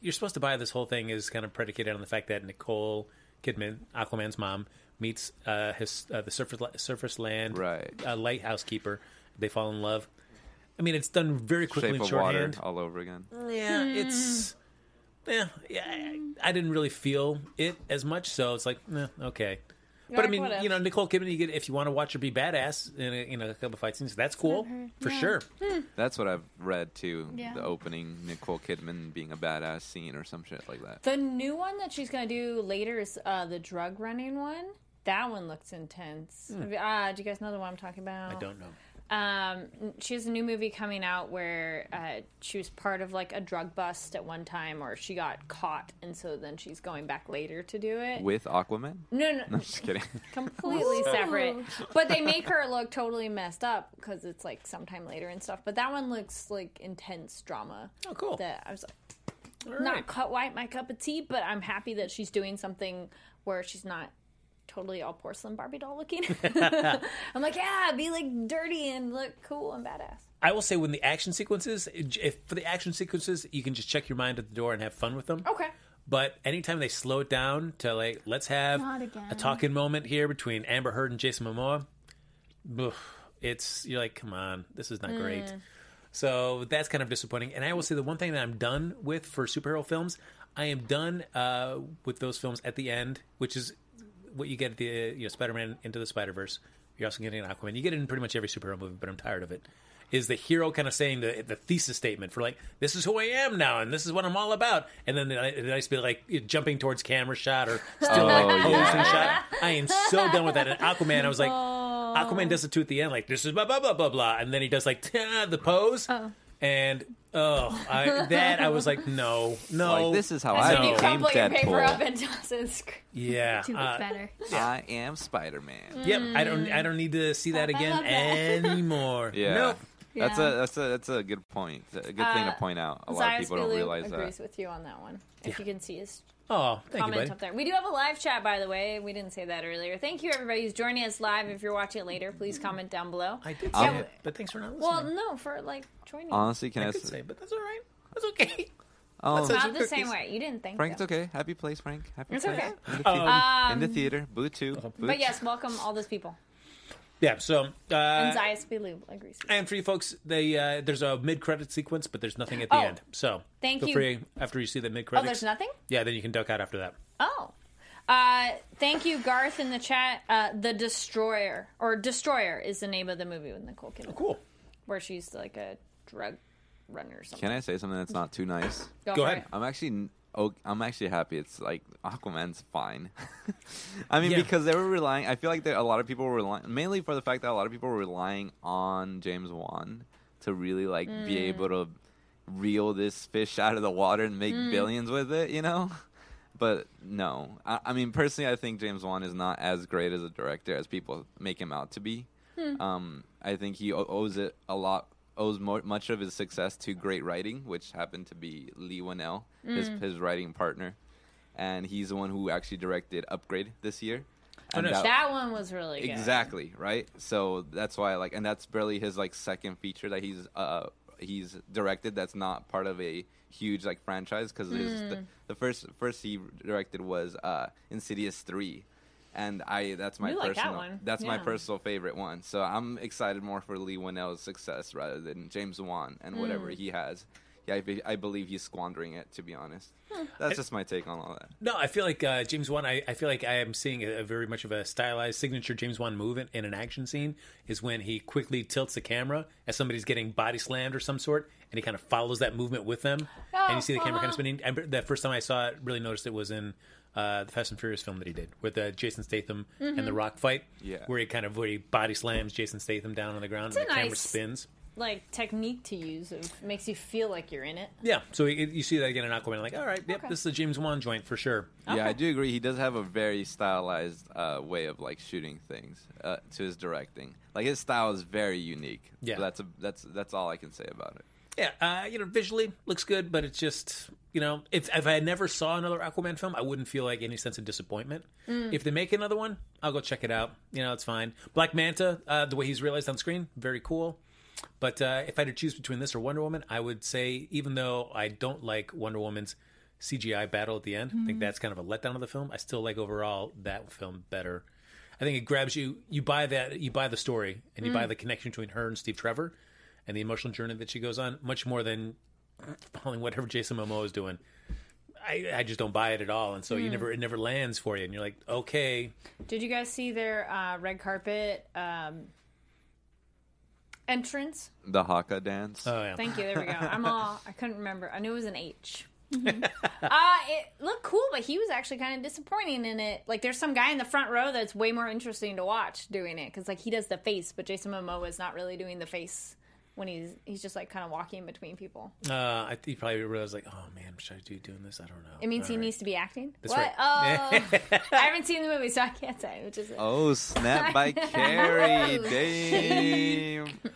[SPEAKER 1] You're supposed to buy this whole thing is kind of predicated on the fact that Nicole Kidman, Aquaman's mom, meets uh, his uh, the surface surface land
[SPEAKER 4] Right.
[SPEAKER 1] uh, lighthouse keeper. They fall in love. I mean, it's done very quickly
[SPEAKER 4] Shape
[SPEAKER 1] in
[SPEAKER 4] of water
[SPEAKER 1] shorthand.
[SPEAKER 4] all over again.
[SPEAKER 1] Yeah, it's yeah, yeah. I- I didn't really feel it as much, so it's like eh, okay. But I
[SPEAKER 5] like,
[SPEAKER 1] mean,
[SPEAKER 5] what if?
[SPEAKER 1] you know, Nicole Kidman. You get if you want to watch her be badass in a, in a couple fight scenes, that's cool for sure.
[SPEAKER 4] That's what I've read too.
[SPEAKER 6] Yeah.
[SPEAKER 4] The opening Nicole Kidman being a badass scene or some shit like that.
[SPEAKER 5] The new one that she's gonna do later is uh, the drug running one. That one looks intense.
[SPEAKER 4] Hmm.
[SPEAKER 5] Uh, do you guys know the one I'm talking about?
[SPEAKER 1] I don't know.
[SPEAKER 5] Um, she has a new movie coming out where uh, she was part of like a drug bust at one time, or she got caught, and so then she's going back later to do it.
[SPEAKER 4] With Aquaman?
[SPEAKER 5] no, no,
[SPEAKER 4] I'm just kidding.
[SPEAKER 5] completely separate. But they make her look totally messed up because it's like sometime later and stuff. But that one looks like intense drama.
[SPEAKER 1] Oh, cool.
[SPEAKER 5] That I was like,
[SPEAKER 1] All
[SPEAKER 5] not
[SPEAKER 1] right.
[SPEAKER 5] cut white my cup of tea, but I'm happy that she's doing something where she's not totally all porcelain Barbie doll looking. I'm like, yeah, be like dirty and look cool and badass.
[SPEAKER 1] I will say when the action sequences, if for the action sequences, you can just check your mind at the door and have fun with them.
[SPEAKER 5] Okay.
[SPEAKER 1] But anytime they slow it down to like, let's have
[SPEAKER 6] Not again.
[SPEAKER 1] a talking moment here between Amber Heard and Jason Momoa, ugh, it's you're like, come on, this is not great.
[SPEAKER 6] Mm.
[SPEAKER 1] So that's kind of disappointing. And I will say the one thing that I'm done with for superhero films, I am done uh, with those films at the end, which is what you get at the you know Spider-Man into the Spider-Verse. You're also getting an Aquaman. You get it in pretty much every superhero movie, but I'm tired of it. Is the hero kind of saying the the thesis statement for like this is who I am now and this is what I'm all about, and then I they just be like you know, jumping towards camera shot or still like
[SPEAKER 4] Oh,
[SPEAKER 1] posing
[SPEAKER 4] yeah.
[SPEAKER 1] shot. I am so done with that. And Aquaman, I was like,
[SPEAKER 4] Oh.
[SPEAKER 1] Aquaman does it too at the end, like this is blah blah blah blah blah, and then he does like the pose, and oh, I, that I was like, no, no,
[SPEAKER 4] Like, this is how
[SPEAKER 5] So
[SPEAKER 4] I
[SPEAKER 5] you
[SPEAKER 4] became
[SPEAKER 5] crumple your paper up
[SPEAKER 4] Deadpool.
[SPEAKER 5] and toss it. in the screen.
[SPEAKER 1] yeah,
[SPEAKER 6] Two
[SPEAKER 1] uh,
[SPEAKER 6] was better.
[SPEAKER 4] I am Spider Man.
[SPEAKER 5] Mm.
[SPEAKER 1] Yep, I don't. I don't need to see that
[SPEAKER 6] I
[SPEAKER 1] again
[SPEAKER 6] love that.
[SPEAKER 1] anymore.
[SPEAKER 4] Yeah.
[SPEAKER 1] Nope.
[SPEAKER 4] That's a that's a that's a good point. It's a good thing to
[SPEAKER 5] Uh,
[SPEAKER 4] point out. A lot of
[SPEAKER 5] Zyrus
[SPEAKER 4] people don't
[SPEAKER 5] Belu
[SPEAKER 4] realize
[SPEAKER 5] agrees
[SPEAKER 4] that.
[SPEAKER 5] with you on that one. If you can see his
[SPEAKER 1] Oh, thank you,
[SPEAKER 5] comment
[SPEAKER 1] buddy.
[SPEAKER 5] up there. We do have a live chat, by the way. We didn't say that earlier. Thank you, everybody who's joining us live. If you're watching it later, please comment down below.
[SPEAKER 1] I did say
[SPEAKER 4] Um,
[SPEAKER 1] it, but thanks for not listening.
[SPEAKER 5] Well, no, for like joining.
[SPEAKER 4] Honestly, can I,
[SPEAKER 1] I
[SPEAKER 4] s-
[SPEAKER 1] could say, but that's all right. That's okay.
[SPEAKER 4] Oh,
[SPEAKER 5] It's not the same way. You didn't think.
[SPEAKER 4] Frank,
[SPEAKER 5] so.
[SPEAKER 4] it's okay. Happy place, Frank. Happy
[SPEAKER 5] It's
[SPEAKER 4] place.
[SPEAKER 5] okay.
[SPEAKER 4] In the,
[SPEAKER 5] Um,
[SPEAKER 4] theater. In the theater. Boo too.
[SPEAKER 1] Oh,
[SPEAKER 4] Boo
[SPEAKER 5] But
[SPEAKER 4] too.
[SPEAKER 5] yes, welcome all those people.
[SPEAKER 1] Yeah. So
[SPEAKER 5] and
[SPEAKER 1] uh,
[SPEAKER 5] Zayas Belu agrees.
[SPEAKER 1] and for you folks, they uh, there's a mid-credit sequence, but there's nothing at the
[SPEAKER 5] Oh.
[SPEAKER 1] end. So
[SPEAKER 5] Thank
[SPEAKER 1] feel
[SPEAKER 5] you.
[SPEAKER 1] free after you see the
[SPEAKER 5] Oh,
[SPEAKER 1] mid-credits.
[SPEAKER 5] there's nothing.
[SPEAKER 1] Yeah, then you can duck out after that.
[SPEAKER 5] Oh. Uh, thank you, Garth, in the chat. Uh, the Destroyer, or Destroyer, is the name of the movie with Nicole Kidman.
[SPEAKER 1] cool.
[SPEAKER 5] Where she's like a drug runner or something.
[SPEAKER 4] Can I say something that's not too nice?
[SPEAKER 5] Go Go for ahead. it.
[SPEAKER 4] I'm actually, n- oh, I'm actually happy. It's like Aquaman's fine. I mean, because they were relying. I feel like there, a lot of people were relying, mainly for the fact that a lot of people were relying on James Wan to really like be
[SPEAKER 10] Mm.
[SPEAKER 4] able to reel this fish out of the water and make
[SPEAKER 10] Mm.
[SPEAKER 4] billions with it. You know. But no, I, I mean personally, I think James Wan is not as great as a director as people make him out to be.
[SPEAKER 10] Hmm.
[SPEAKER 4] Um, I think he o- owes it a lot, owes mo- much of his success to great writing, which happened to be Lee Winnell, his
[SPEAKER 5] Mm.
[SPEAKER 4] his writing partner, and he's the one who actually directed Upgrade this year. And
[SPEAKER 5] that,
[SPEAKER 4] that-
[SPEAKER 5] one was really good.
[SPEAKER 4] exactly right. So that's why like, and that's barely his like second feature that he's uh he's directed. That's not part of a huge like franchise because the,
[SPEAKER 10] Mm.
[SPEAKER 4] the first first he directed was uh Insidious three, and I that's my
[SPEAKER 10] You like
[SPEAKER 4] personal
[SPEAKER 10] that one.
[SPEAKER 4] that's my
[SPEAKER 10] Yeah.
[SPEAKER 4] personal favorite one. So I'm excited more for Lee Winnell's success rather than James Wan and whatever
[SPEAKER 1] Mm.
[SPEAKER 4] he has. Yeah, I, be- I believe he's squandering it. To be honest,
[SPEAKER 1] Hmm.
[SPEAKER 4] that's
[SPEAKER 1] I-
[SPEAKER 4] just my take on all that.
[SPEAKER 1] No, I feel like uh, James Wan. I, I feel like I am seeing a, a very much of a stylized signature James Wan move in, in an action scene is when he quickly tilts the camera as somebody's getting body slammed or some sort, and he kind of follows that movement with them, and
[SPEAKER 10] Oh,
[SPEAKER 1] you see the camera kind
[SPEAKER 10] uh-huh.
[SPEAKER 1] of spinning. And the first time I saw it, really noticed it was in uh, the Fast and Furious film that he did with uh, Jason Statham and The
[SPEAKER 5] Mhm.
[SPEAKER 1] Rock fight,
[SPEAKER 4] Yeah.
[SPEAKER 1] where he kind of where he body slams Jason Statham down on the ground,
[SPEAKER 5] It's
[SPEAKER 1] and
[SPEAKER 5] a
[SPEAKER 1] the camera
[SPEAKER 5] nice-
[SPEAKER 1] spins.
[SPEAKER 5] Like technique to use, it makes you feel like you're in it.
[SPEAKER 1] Yeah, so you you see that again in Aquaman, like, all right, yep,
[SPEAKER 5] Okay.
[SPEAKER 1] this is a James Wan joint for sure.
[SPEAKER 5] Oh.
[SPEAKER 4] Yeah, I do agree. He does have a very stylized uh, way of like shooting things uh, to his directing. Like his style is very unique.
[SPEAKER 1] Yeah.
[SPEAKER 4] But that's a, that's that's all I can say about it.
[SPEAKER 1] Yeah, uh, you know, visually looks good, but it's just you know, if if I never saw another Aquaman film, I wouldn't feel like any sense of disappointment.
[SPEAKER 10] Mm.
[SPEAKER 1] If they make another one, I'll go check it out. You know, it's fine. Black Manta, uh, the way he's realized on screen, very cool. But uh, if I had to choose between this or Wonder Woman, I would say even though I don't like Wonder Woman's CGI battle at the end, I think
[SPEAKER 10] Mhm.
[SPEAKER 1] that's kind of a letdown of the film. I still like overall that film better. I think it grabs you. You buy that. You buy the story, and you buy
[SPEAKER 10] Mm.
[SPEAKER 1] the connection between her and Steve Trevor, and the emotional journey that she goes on, much more than following whatever Jason Momoa is doing. I, I just don't buy it at all, and so you
[SPEAKER 5] Mm.
[SPEAKER 1] never it never lands for you, and you're like, okay,
[SPEAKER 5] Did you guys see their uh, red carpet um, entrance?
[SPEAKER 4] The Haka dance.
[SPEAKER 5] Uh.
[SPEAKER 1] Oh yeah.
[SPEAKER 5] Thank you. There we go. I'm all. I couldn't remember. I knew it was an H. uh, it looked cool, but he was actually kind of disappointing in it. Like, there's some guy in the front row that's way more interesting to watch doing it because, like, he does the face, but Jason Momoa is not really doing the face when he's he's just like kind of walking between people.
[SPEAKER 1] Uh, I think you probably realized like, oh man, should I do doing this? I don't know.
[SPEAKER 5] It means
[SPEAKER 1] All
[SPEAKER 5] he
[SPEAKER 1] right.
[SPEAKER 5] needs to be acting.
[SPEAKER 1] That's
[SPEAKER 5] what?
[SPEAKER 1] right.
[SPEAKER 5] Oh, I haven't seen the movie, so I can't say. Which is
[SPEAKER 4] Oh, snap by Carrie.
[SPEAKER 6] Oh,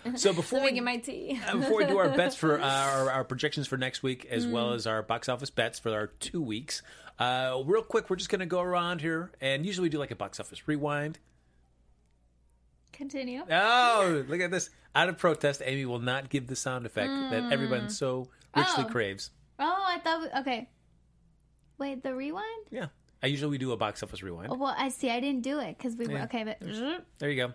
[SPEAKER 4] Damn.
[SPEAKER 1] So before
[SPEAKER 5] we get my tea,
[SPEAKER 1] Uh, before we do our bets for uh, our, our projections for next week, as
[SPEAKER 5] Hmm.
[SPEAKER 1] well as our box office bets for our two weeks, uh, real quick, we're just going to go around here and usually we do like a box office rewind.
[SPEAKER 6] Continue.
[SPEAKER 1] Oh, look at this. Out of protest, Amy will not give the sound effect that everyone
[SPEAKER 6] Mm.
[SPEAKER 1] so richly
[SPEAKER 6] Oh.
[SPEAKER 1] craves.
[SPEAKER 6] Oh, I thought. We, okay. Wait, the rewind.
[SPEAKER 1] Yeah. I usually we do a box office rewind.
[SPEAKER 6] Oh, well, I see. I didn't do it because we were
[SPEAKER 1] Yeah.
[SPEAKER 6] okay, but
[SPEAKER 1] There you go.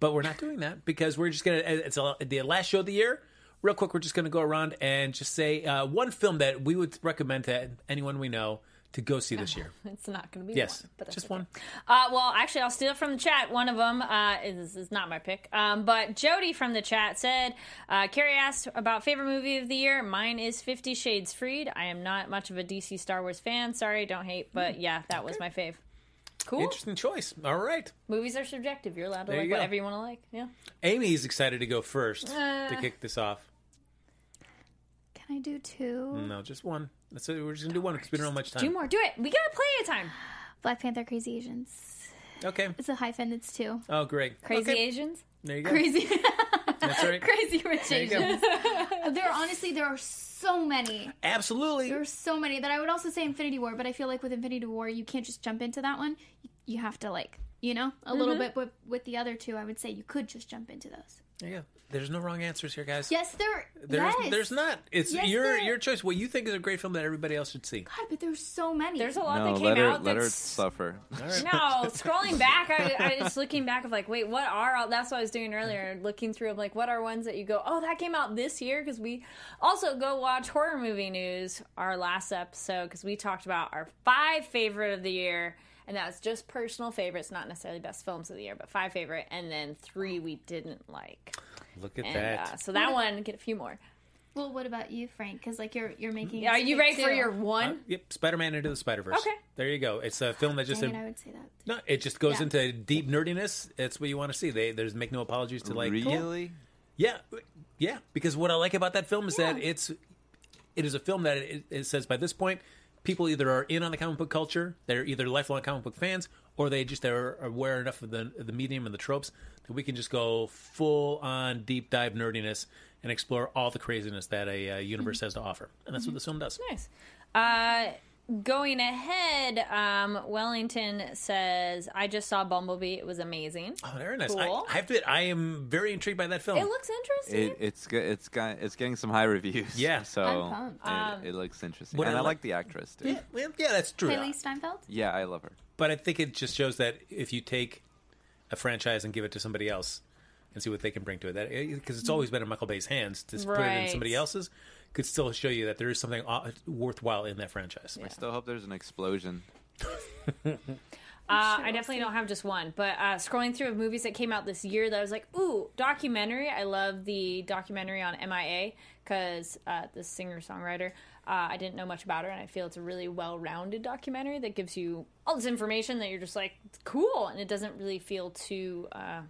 [SPEAKER 1] But we're not doing that because we're just going to, it's a, the last show of the year. Real quick, we're just going to go around and just say uh, one film that we would recommend to anyone we know to go see
[SPEAKER 6] Oh,
[SPEAKER 1] this year.
[SPEAKER 5] it's not going to be
[SPEAKER 1] Yes.
[SPEAKER 5] one. But that's
[SPEAKER 1] Just
[SPEAKER 5] okay.
[SPEAKER 1] one.
[SPEAKER 5] Uh, well, actually, I'll steal from the chat. One of them uh, is, is not my pick. Um, but Jody from the chat said, uh, Carrie asked about favorite movie of the year. Mine is Fifty Shades Freed. I am not much of a DC Star Wars fan. Sorry, don't hate.
[SPEAKER 1] Hmm.
[SPEAKER 5] But yeah, that was my fave. Cool.
[SPEAKER 1] Interesting choice. All right.
[SPEAKER 5] Movies are subjective. You're allowed to
[SPEAKER 1] There
[SPEAKER 5] like
[SPEAKER 1] you go.
[SPEAKER 5] whatever you want to like. Yeah.
[SPEAKER 1] Amy's excited to go first to
[SPEAKER 6] Uh.
[SPEAKER 1] kick this off.
[SPEAKER 6] can I do two?
[SPEAKER 1] No, just one. That's it. We're just gonna do one because we don't have much time.
[SPEAKER 6] do
[SPEAKER 5] more. Do it. We got plenty of time.
[SPEAKER 6] Black Panther, Crazy Asians.
[SPEAKER 1] Okay.
[SPEAKER 6] It's a hyphen. It's two.
[SPEAKER 1] Oh, great.
[SPEAKER 6] Crazy
[SPEAKER 1] Okay.
[SPEAKER 6] Asians.
[SPEAKER 1] There you go.
[SPEAKER 6] Crazy.
[SPEAKER 1] That's right.
[SPEAKER 6] Crazy Rich
[SPEAKER 1] There you go.
[SPEAKER 6] Asians. there honestly there are so many.
[SPEAKER 1] Absolutely.
[SPEAKER 6] There are so many that I would also say Infinity War, but I feel like with Infinity War you can't just jump into that one. You, you have to like, you know, a little
[SPEAKER 1] Mhm.
[SPEAKER 6] bit. But with the other two, I would say you could just jump into those.
[SPEAKER 1] There you go. There's no wrong answers here, guys.
[SPEAKER 6] Yes, there.
[SPEAKER 1] There's,
[SPEAKER 6] yes.
[SPEAKER 1] there's not. It's
[SPEAKER 6] Yes,
[SPEAKER 1] your
[SPEAKER 6] there-
[SPEAKER 1] your choice. What you think is a great film that everybody else should see.
[SPEAKER 6] God, but there's so many.
[SPEAKER 5] There's a lot
[SPEAKER 4] no,
[SPEAKER 5] that
[SPEAKER 4] let
[SPEAKER 5] came
[SPEAKER 4] her
[SPEAKER 5] out
[SPEAKER 4] let her
[SPEAKER 5] that's
[SPEAKER 4] suffer.
[SPEAKER 5] No, scrolling back, I, I just looking back of like, wait, what are all? That's what I was doing earlier, looking through of like, what are ones that you go, oh, that came out this year? Because we also go watch horror movie news our last episode because we talked about our five favorite of the year, and that's just personal favorites, not necessarily best films of the year, but five favorite, and then three we didn't like.
[SPEAKER 1] Look at
[SPEAKER 5] And,
[SPEAKER 1] that.
[SPEAKER 5] uh, so that
[SPEAKER 6] What-
[SPEAKER 5] one, get a few more.
[SPEAKER 6] Well, what about you, Frank? Because like you're you're making.
[SPEAKER 5] Are you ready for your
[SPEAKER 1] Uh,
[SPEAKER 5] one?
[SPEAKER 1] yep, Spider-Man into the Spider-Verse.
[SPEAKER 5] Okay.
[SPEAKER 1] There you go. It's a film that just
[SPEAKER 6] Dang it, I would say that.
[SPEAKER 1] no, it just goes
[SPEAKER 6] Yeah.
[SPEAKER 1] into deep nerdiness. That's what you want to see. They there's make no apologies to like
[SPEAKER 4] Really?
[SPEAKER 1] Yeah, yeah. Because what I like about that film is that it's it is a film that it, it says by this point people either are in on the comic book culture, they're either lifelong comic book fans, or they just are aware enough of the the medium and the tropes that we can just go full on deep dive nerdiness and explore all the craziness that a uh, universe has to offer, and that's what this film does.
[SPEAKER 5] Mm-hmm. Nice. Uh, going ahead, um, Wellington says, I just saw Bumblebee. It was amazing.
[SPEAKER 1] Oh, very nice.
[SPEAKER 5] Cool.
[SPEAKER 1] I, I have to. admit, I am very intrigued by that film.
[SPEAKER 5] It looks interesting.
[SPEAKER 4] It, it's good. It's got. It's getting some high reviews. Yeah. So
[SPEAKER 5] I'm pumped.
[SPEAKER 4] it,
[SPEAKER 5] Um,
[SPEAKER 4] it looks interesting,
[SPEAKER 1] what
[SPEAKER 4] and
[SPEAKER 1] I
[SPEAKER 4] I
[SPEAKER 1] like-
[SPEAKER 4] like the actress too.
[SPEAKER 1] Yeah, well, yeah, that's true.
[SPEAKER 6] Haley Steinfeld.
[SPEAKER 4] Yeah, I love her.
[SPEAKER 1] But I think it just shows that if you take a franchise and give it to somebody else and see what they can bring to it, that because
[SPEAKER 5] Mm.
[SPEAKER 1] it's always been in Michael Bay's hands to put it in
[SPEAKER 4] Right.
[SPEAKER 1] somebody else's could still show you that there is something au- worthwhile in that franchise.
[SPEAKER 4] I still hope there's an explosion.
[SPEAKER 5] Uh, I definitely don't have just one, but uh, scrolling through of movies that came out this year that I was like, ooh, documentary. I love the documentary on MIA because uh, the singer songwriter. Uh, I didn't know much about her, and I feel it's a really well rounded documentary that gives you all this information that you're just like, cool, and it doesn't really feel too. Uh,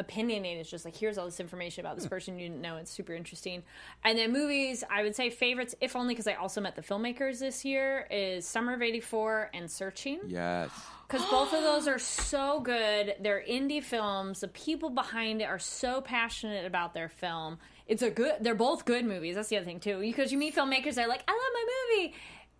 [SPEAKER 5] opinionated. It's just like here's all this information about this person you didn't know. It's super interesting. And then movies, I would say favorites, if only because I also met the filmmakers this year, is Summer of '84 and Searching
[SPEAKER 4] Yes.
[SPEAKER 5] because both of those are so good. They're indie films. The people behind it are so passionate about their film. It's a good. They're both good movies. That's the other thing too, because you meet filmmakers. They're like, I love my movie.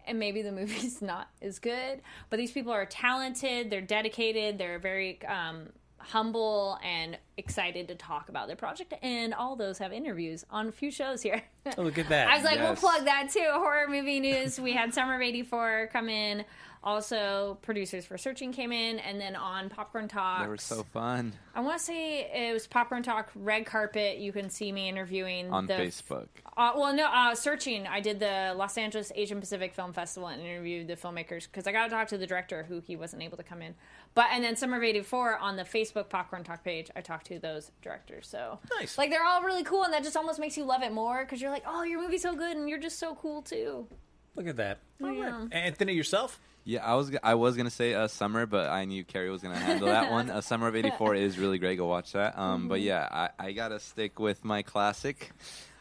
[SPEAKER 5] And maybe the movie's not as good, but these people are talented. They're dedicated. They're very um, humble and excited to talk about their project. And all those have interviews on a few shows here.
[SPEAKER 1] Oh, look at that.
[SPEAKER 5] I was like, we'll
[SPEAKER 1] Yes.
[SPEAKER 5] plug that too. Horror movie news. We had Summer of 84 come in. Also, producers for Searching came in. And then on Popcorn Talk,
[SPEAKER 4] They were so fun
[SPEAKER 5] I want to say it was Popcorn Talk Red Carpet. You can see me interviewing
[SPEAKER 4] on
[SPEAKER 5] the,
[SPEAKER 4] Facebook.
[SPEAKER 5] Uh, well, no, uh, Searching. I did the Los Angeles Asian Pacific Film Festival and interviewed the filmmakers because I got to talk to the director who he wasn't able to come in. But, and then Summer of 84 on the Facebook Popcorn Talk page, I talked to those directors. So,
[SPEAKER 1] nice.
[SPEAKER 5] Like, they're all really cool, and that just almost makes you love it more because you're like, oh, your movie's so good and you're just so cool too.
[SPEAKER 1] Look at that.
[SPEAKER 5] Oh, Yeah.
[SPEAKER 1] Anthony, yourself?
[SPEAKER 4] Yeah, I was g- I was gonna say uh, summer, but I knew Carrie was gonna handle that one. Uh, summer of '84 is really great. Go watch that. Um, But
[SPEAKER 10] Mhm.
[SPEAKER 4] yeah, I, I gotta stick with my classic,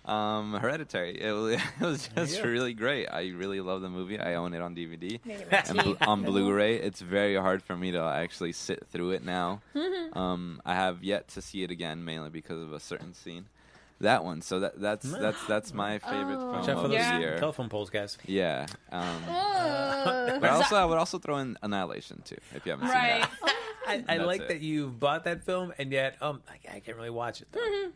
[SPEAKER 4] um, Hereditary. It was, it was
[SPEAKER 10] There you
[SPEAKER 4] just
[SPEAKER 10] go.
[SPEAKER 4] really great. I really love the movie. I own it on DVD
[SPEAKER 10] Make it
[SPEAKER 4] and
[SPEAKER 10] right.
[SPEAKER 4] blu- on Blu-ray. It's very hard for me to actually sit through it now.
[SPEAKER 10] Mhm.
[SPEAKER 4] um, I have yet to see it again, mainly because of a certain scene. That one. So that that's that's that's my favorite
[SPEAKER 1] Oh.
[SPEAKER 4] film
[SPEAKER 1] Watch out for
[SPEAKER 4] of
[SPEAKER 1] those
[SPEAKER 4] the year.
[SPEAKER 1] telephone poles, guys.
[SPEAKER 4] Yeah. Um,
[SPEAKER 1] Uh,
[SPEAKER 4] but I also, I would also throw in Annihilation too, if you haven't seen that.
[SPEAKER 1] I, I
[SPEAKER 4] That's
[SPEAKER 1] like
[SPEAKER 4] it.
[SPEAKER 1] that you bought that film, and yet um, I, I can't really watch it. Though.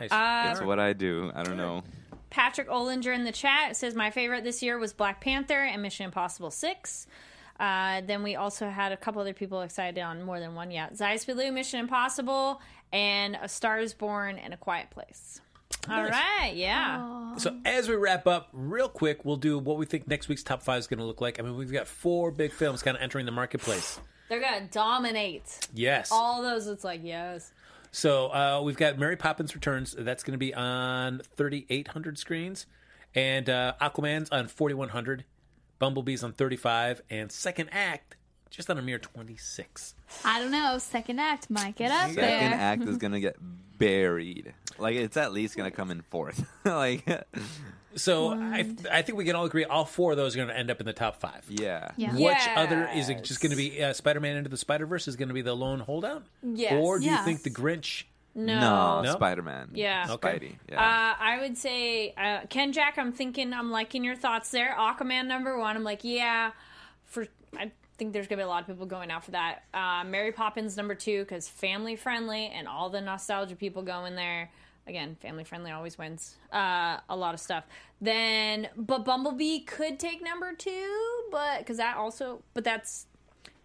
[SPEAKER 1] Nice.
[SPEAKER 5] Uh,
[SPEAKER 4] It's what I do. I don't know.
[SPEAKER 5] Patrick Olinger in the chat says my favorite this year was Black Panther and Mission Impossible Six. Uh, then we also had a couple other people excited on more than one yet. Zai Spilu, Mission Impossible, and A Star Is Born and A Quiet Place. All
[SPEAKER 1] Nice.
[SPEAKER 5] right, yeah.
[SPEAKER 1] So as we wrap up, real quick, we'll do what we think next week's top five is going to look like. I mean, we've got four big films kind of entering the marketplace.
[SPEAKER 5] They're gonna dominate.
[SPEAKER 1] Yes.
[SPEAKER 5] All those. It's like yes.
[SPEAKER 1] So uh, we've got Mary Poppins Returns. That's going to be on 3,800 screens, and uh, Aquaman's on 4,100, Bumblebee's on 35, and Second Act just on a mere 26.
[SPEAKER 6] I don't know. Second act might get up
[SPEAKER 4] Second
[SPEAKER 6] there.
[SPEAKER 4] act is gonna get buried. Like it's at least gonna come in fourth. like
[SPEAKER 1] So I, I think we can all agree all four of those are going to end up in the top five.
[SPEAKER 4] Yeah.
[SPEAKER 1] Which
[SPEAKER 4] Yeah.
[SPEAKER 1] other is it just going to be uh, Spider Man Into the Spider Verse is going to be the lone holdout?
[SPEAKER 5] Yes.
[SPEAKER 1] Or do you
[SPEAKER 5] Yes.
[SPEAKER 1] think the Grinch
[SPEAKER 5] No.
[SPEAKER 4] No, Spider-Man.
[SPEAKER 5] Yeah.
[SPEAKER 4] Spidey. Yeah.
[SPEAKER 5] Uh, I would say uh, Ken Jack. I'm thinking. I'm liking your thoughts there. Aquaman number one. I'm like, yeah. For I think there's gonna be a lot of people going out for that. Uh, Mary Poppins number two because family friendly and all the nostalgia people go in there. Again, family friendly always wins. Uh, a lot of stuff. Then, but Bumblebee could take number two, but because that also, but that's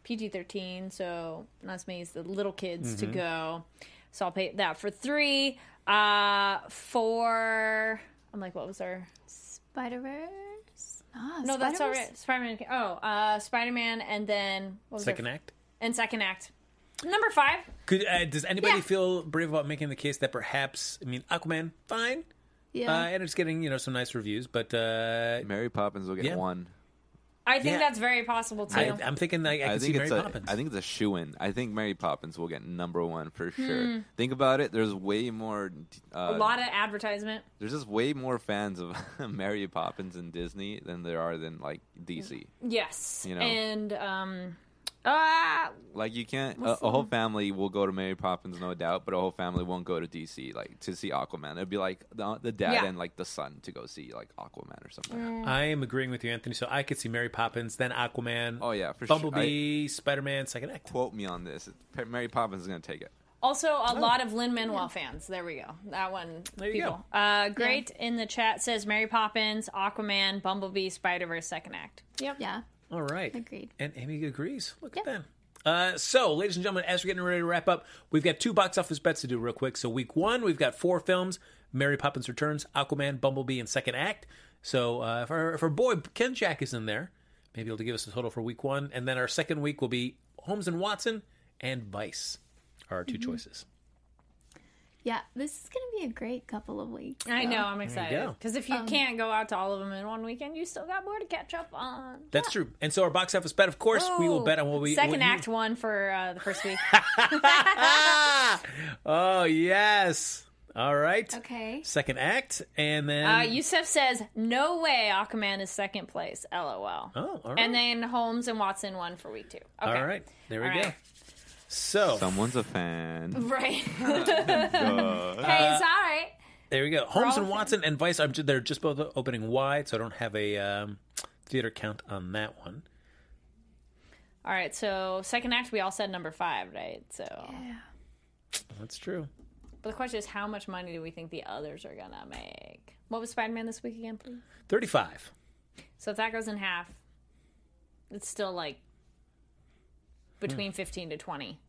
[SPEAKER 5] PG thirteen, so not as many as the little kids to
[SPEAKER 1] Mm-hmm.
[SPEAKER 10] Mhm.
[SPEAKER 5] go. So I'll pay that for three. Uh, four. I'm like, what was our?
[SPEAKER 6] Spider Verse.
[SPEAKER 5] no, that's all right. Spider Man. Oh, uh, Spider Man, and then what was our-
[SPEAKER 1] Second act.
[SPEAKER 5] And second act. Number five.
[SPEAKER 1] Could uh, does anybody feel brave about making the case that perhaps I mean Aquaman fine,
[SPEAKER 5] Yeah.
[SPEAKER 1] uh, and it's getting you know some nice reviews, but uh,
[SPEAKER 4] Mary Poppins will get one.
[SPEAKER 5] I think
[SPEAKER 1] Yeah.
[SPEAKER 5] that's very possible too.
[SPEAKER 1] I, I'm thinking like I, can see
[SPEAKER 4] think
[SPEAKER 1] Mary
[SPEAKER 4] it's a,
[SPEAKER 1] Poppins.
[SPEAKER 4] I think it's a shoe in. I think Mary Poppins will get number one for sure.
[SPEAKER 5] Hmm.
[SPEAKER 4] Think about it. There's way more. Uh,
[SPEAKER 5] a lot of advertisement.
[SPEAKER 4] There's just way more fans of Mary Poppins in Disney than there are than like DC.
[SPEAKER 5] Yes.
[SPEAKER 4] You know.
[SPEAKER 5] And um, ah,
[SPEAKER 4] Like you can't. A,
[SPEAKER 5] What's
[SPEAKER 4] a whole
[SPEAKER 5] the-
[SPEAKER 4] family will go to Mary Poppins, no doubt, but a whole family won't go to DC like to see Aquaman. It'd be like the, the dad
[SPEAKER 1] Yeah.
[SPEAKER 4] and like the son to go see like Aquaman or something.
[SPEAKER 6] Mm.
[SPEAKER 1] I am agreeing with you, Anthony. So I could see Mary Poppins, then Aquaman. Oh
[SPEAKER 4] yeah, for sure.
[SPEAKER 1] Bumblebee, Spider Man, second act.
[SPEAKER 4] Quote me on this. Mary Poppins is gonna take it.
[SPEAKER 5] Also, a
[SPEAKER 1] Oh,
[SPEAKER 5] lot of Lin Manuel fans. There we go. That one.
[SPEAKER 4] you
[SPEAKER 5] people. Uh, great in the chat says Mary Poppins, Aquaman, Bumblebee, Spider Verse, second act. Yep.
[SPEAKER 6] Yeah.
[SPEAKER 1] All right.
[SPEAKER 6] Agreed.
[SPEAKER 1] And Amy agrees. Look at that. Uh, so, ladies and gentlemen, as we're getting ready to wrap up, we've got two box office bets to do real quick. So, week one, we've got four films Mary Poppins Returns, Aquaman, Bumblebee, and Second Act. So, uh, if, our, if our boy Ken Jack is in there, maybe he'll give us a total for week one. And then our second week will be Holmes and Watson and Vice are our 2
[SPEAKER 5] Mm-hmm.
[SPEAKER 6] Mhm.
[SPEAKER 1] choices.
[SPEAKER 6] Yeah, this is going to be a great couple of weeks.
[SPEAKER 5] I
[SPEAKER 6] though.
[SPEAKER 5] know. I'm
[SPEAKER 1] There you
[SPEAKER 5] excited
[SPEAKER 1] go.
[SPEAKER 5] because if you can't go out to all of them in one weekend, you still got more to catch up on.
[SPEAKER 1] That's true. And so, our box office bet, of course, we will
[SPEAKER 5] Ooh.
[SPEAKER 1] bet on what we
[SPEAKER 5] Oh, second
[SPEAKER 1] what you-
[SPEAKER 5] act one for uh, the first week.
[SPEAKER 1] Oh, yes. All right.
[SPEAKER 5] Okay.
[SPEAKER 1] Second act. And then.
[SPEAKER 5] uh, Yusef says, "No way, Aquaman is second place." LOL.
[SPEAKER 1] Oh, all right.
[SPEAKER 5] And then Holmes and Watson won for week two. Okay.
[SPEAKER 1] All right. There we
[SPEAKER 5] All
[SPEAKER 1] go.
[SPEAKER 5] right.
[SPEAKER 1] So
[SPEAKER 4] someone's a fan.
[SPEAKER 5] Right.
[SPEAKER 1] Uh,
[SPEAKER 5] hey, it's all right.
[SPEAKER 1] there we go. Holmes
[SPEAKER 5] all
[SPEAKER 1] and Watson and Vice. I'm, ju- they're just both opening wide, so I don't have a um, theater count on that one.
[SPEAKER 5] All right, so second act, we all said number five, right? So,
[SPEAKER 1] That's true.
[SPEAKER 5] but the question is, how much money do we think the others are gonna make? What was Spider Man this week again, please?
[SPEAKER 1] Thirty-five.
[SPEAKER 5] So if that goes in half, it's still like
[SPEAKER 4] Hmm.
[SPEAKER 5] between fifteen to twenty.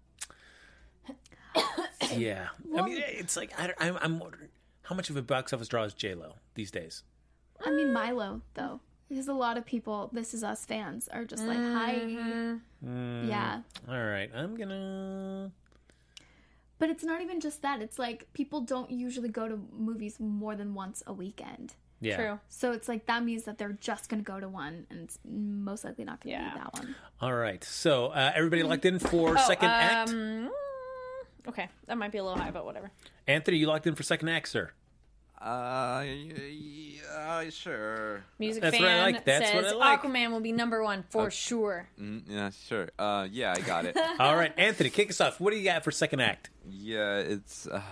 [SPEAKER 1] Yeah. I mean, it's like I, am I'm wondering how much of a box office draw is J Lo these days.
[SPEAKER 6] I mean, Milo, though. Because a lot of people, This Is Us fans, are just like, hi.
[SPEAKER 1] Mm,
[SPEAKER 6] Yeah.
[SPEAKER 1] All right. I'm gonna.
[SPEAKER 6] But it's not even just that. It's like people don't usually go to movies more than once a weekend.
[SPEAKER 1] Yeah. True.
[SPEAKER 6] So it's like that means that they're just going to go to one, and it's most likely not going to be that one.
[SPEAKER 1] All right. So uh, everybody locked in for second act.
[SPEAKER 5] Oh, um, Okay, that might be a little high, but whatever.
[SPEAKER 1] Anthony, you locked in for second act, sir.
[SPEAKER 4] Uh, yeah, sure.
[SPEAKER 5] Music
[SPEAKER 4] That's what I
[SPEAKER 5] fan
[SPEAKER 4] like. That's what
[SPEAKER 5] says
[SPEAKER 4] I like.
[SPEAKER 5] Aquaman will be number one for
[SPEAKER 4] Uh,
[SPEAKER 5] sure.
[SPEAKER 4] Mm, yeah, sure. Uh, yeah, I got it.
[SPEAKER 1] All right, Anthony, kick us off. What do you got for second act?
[SPEAKER 4] Yeah, it's. Uh,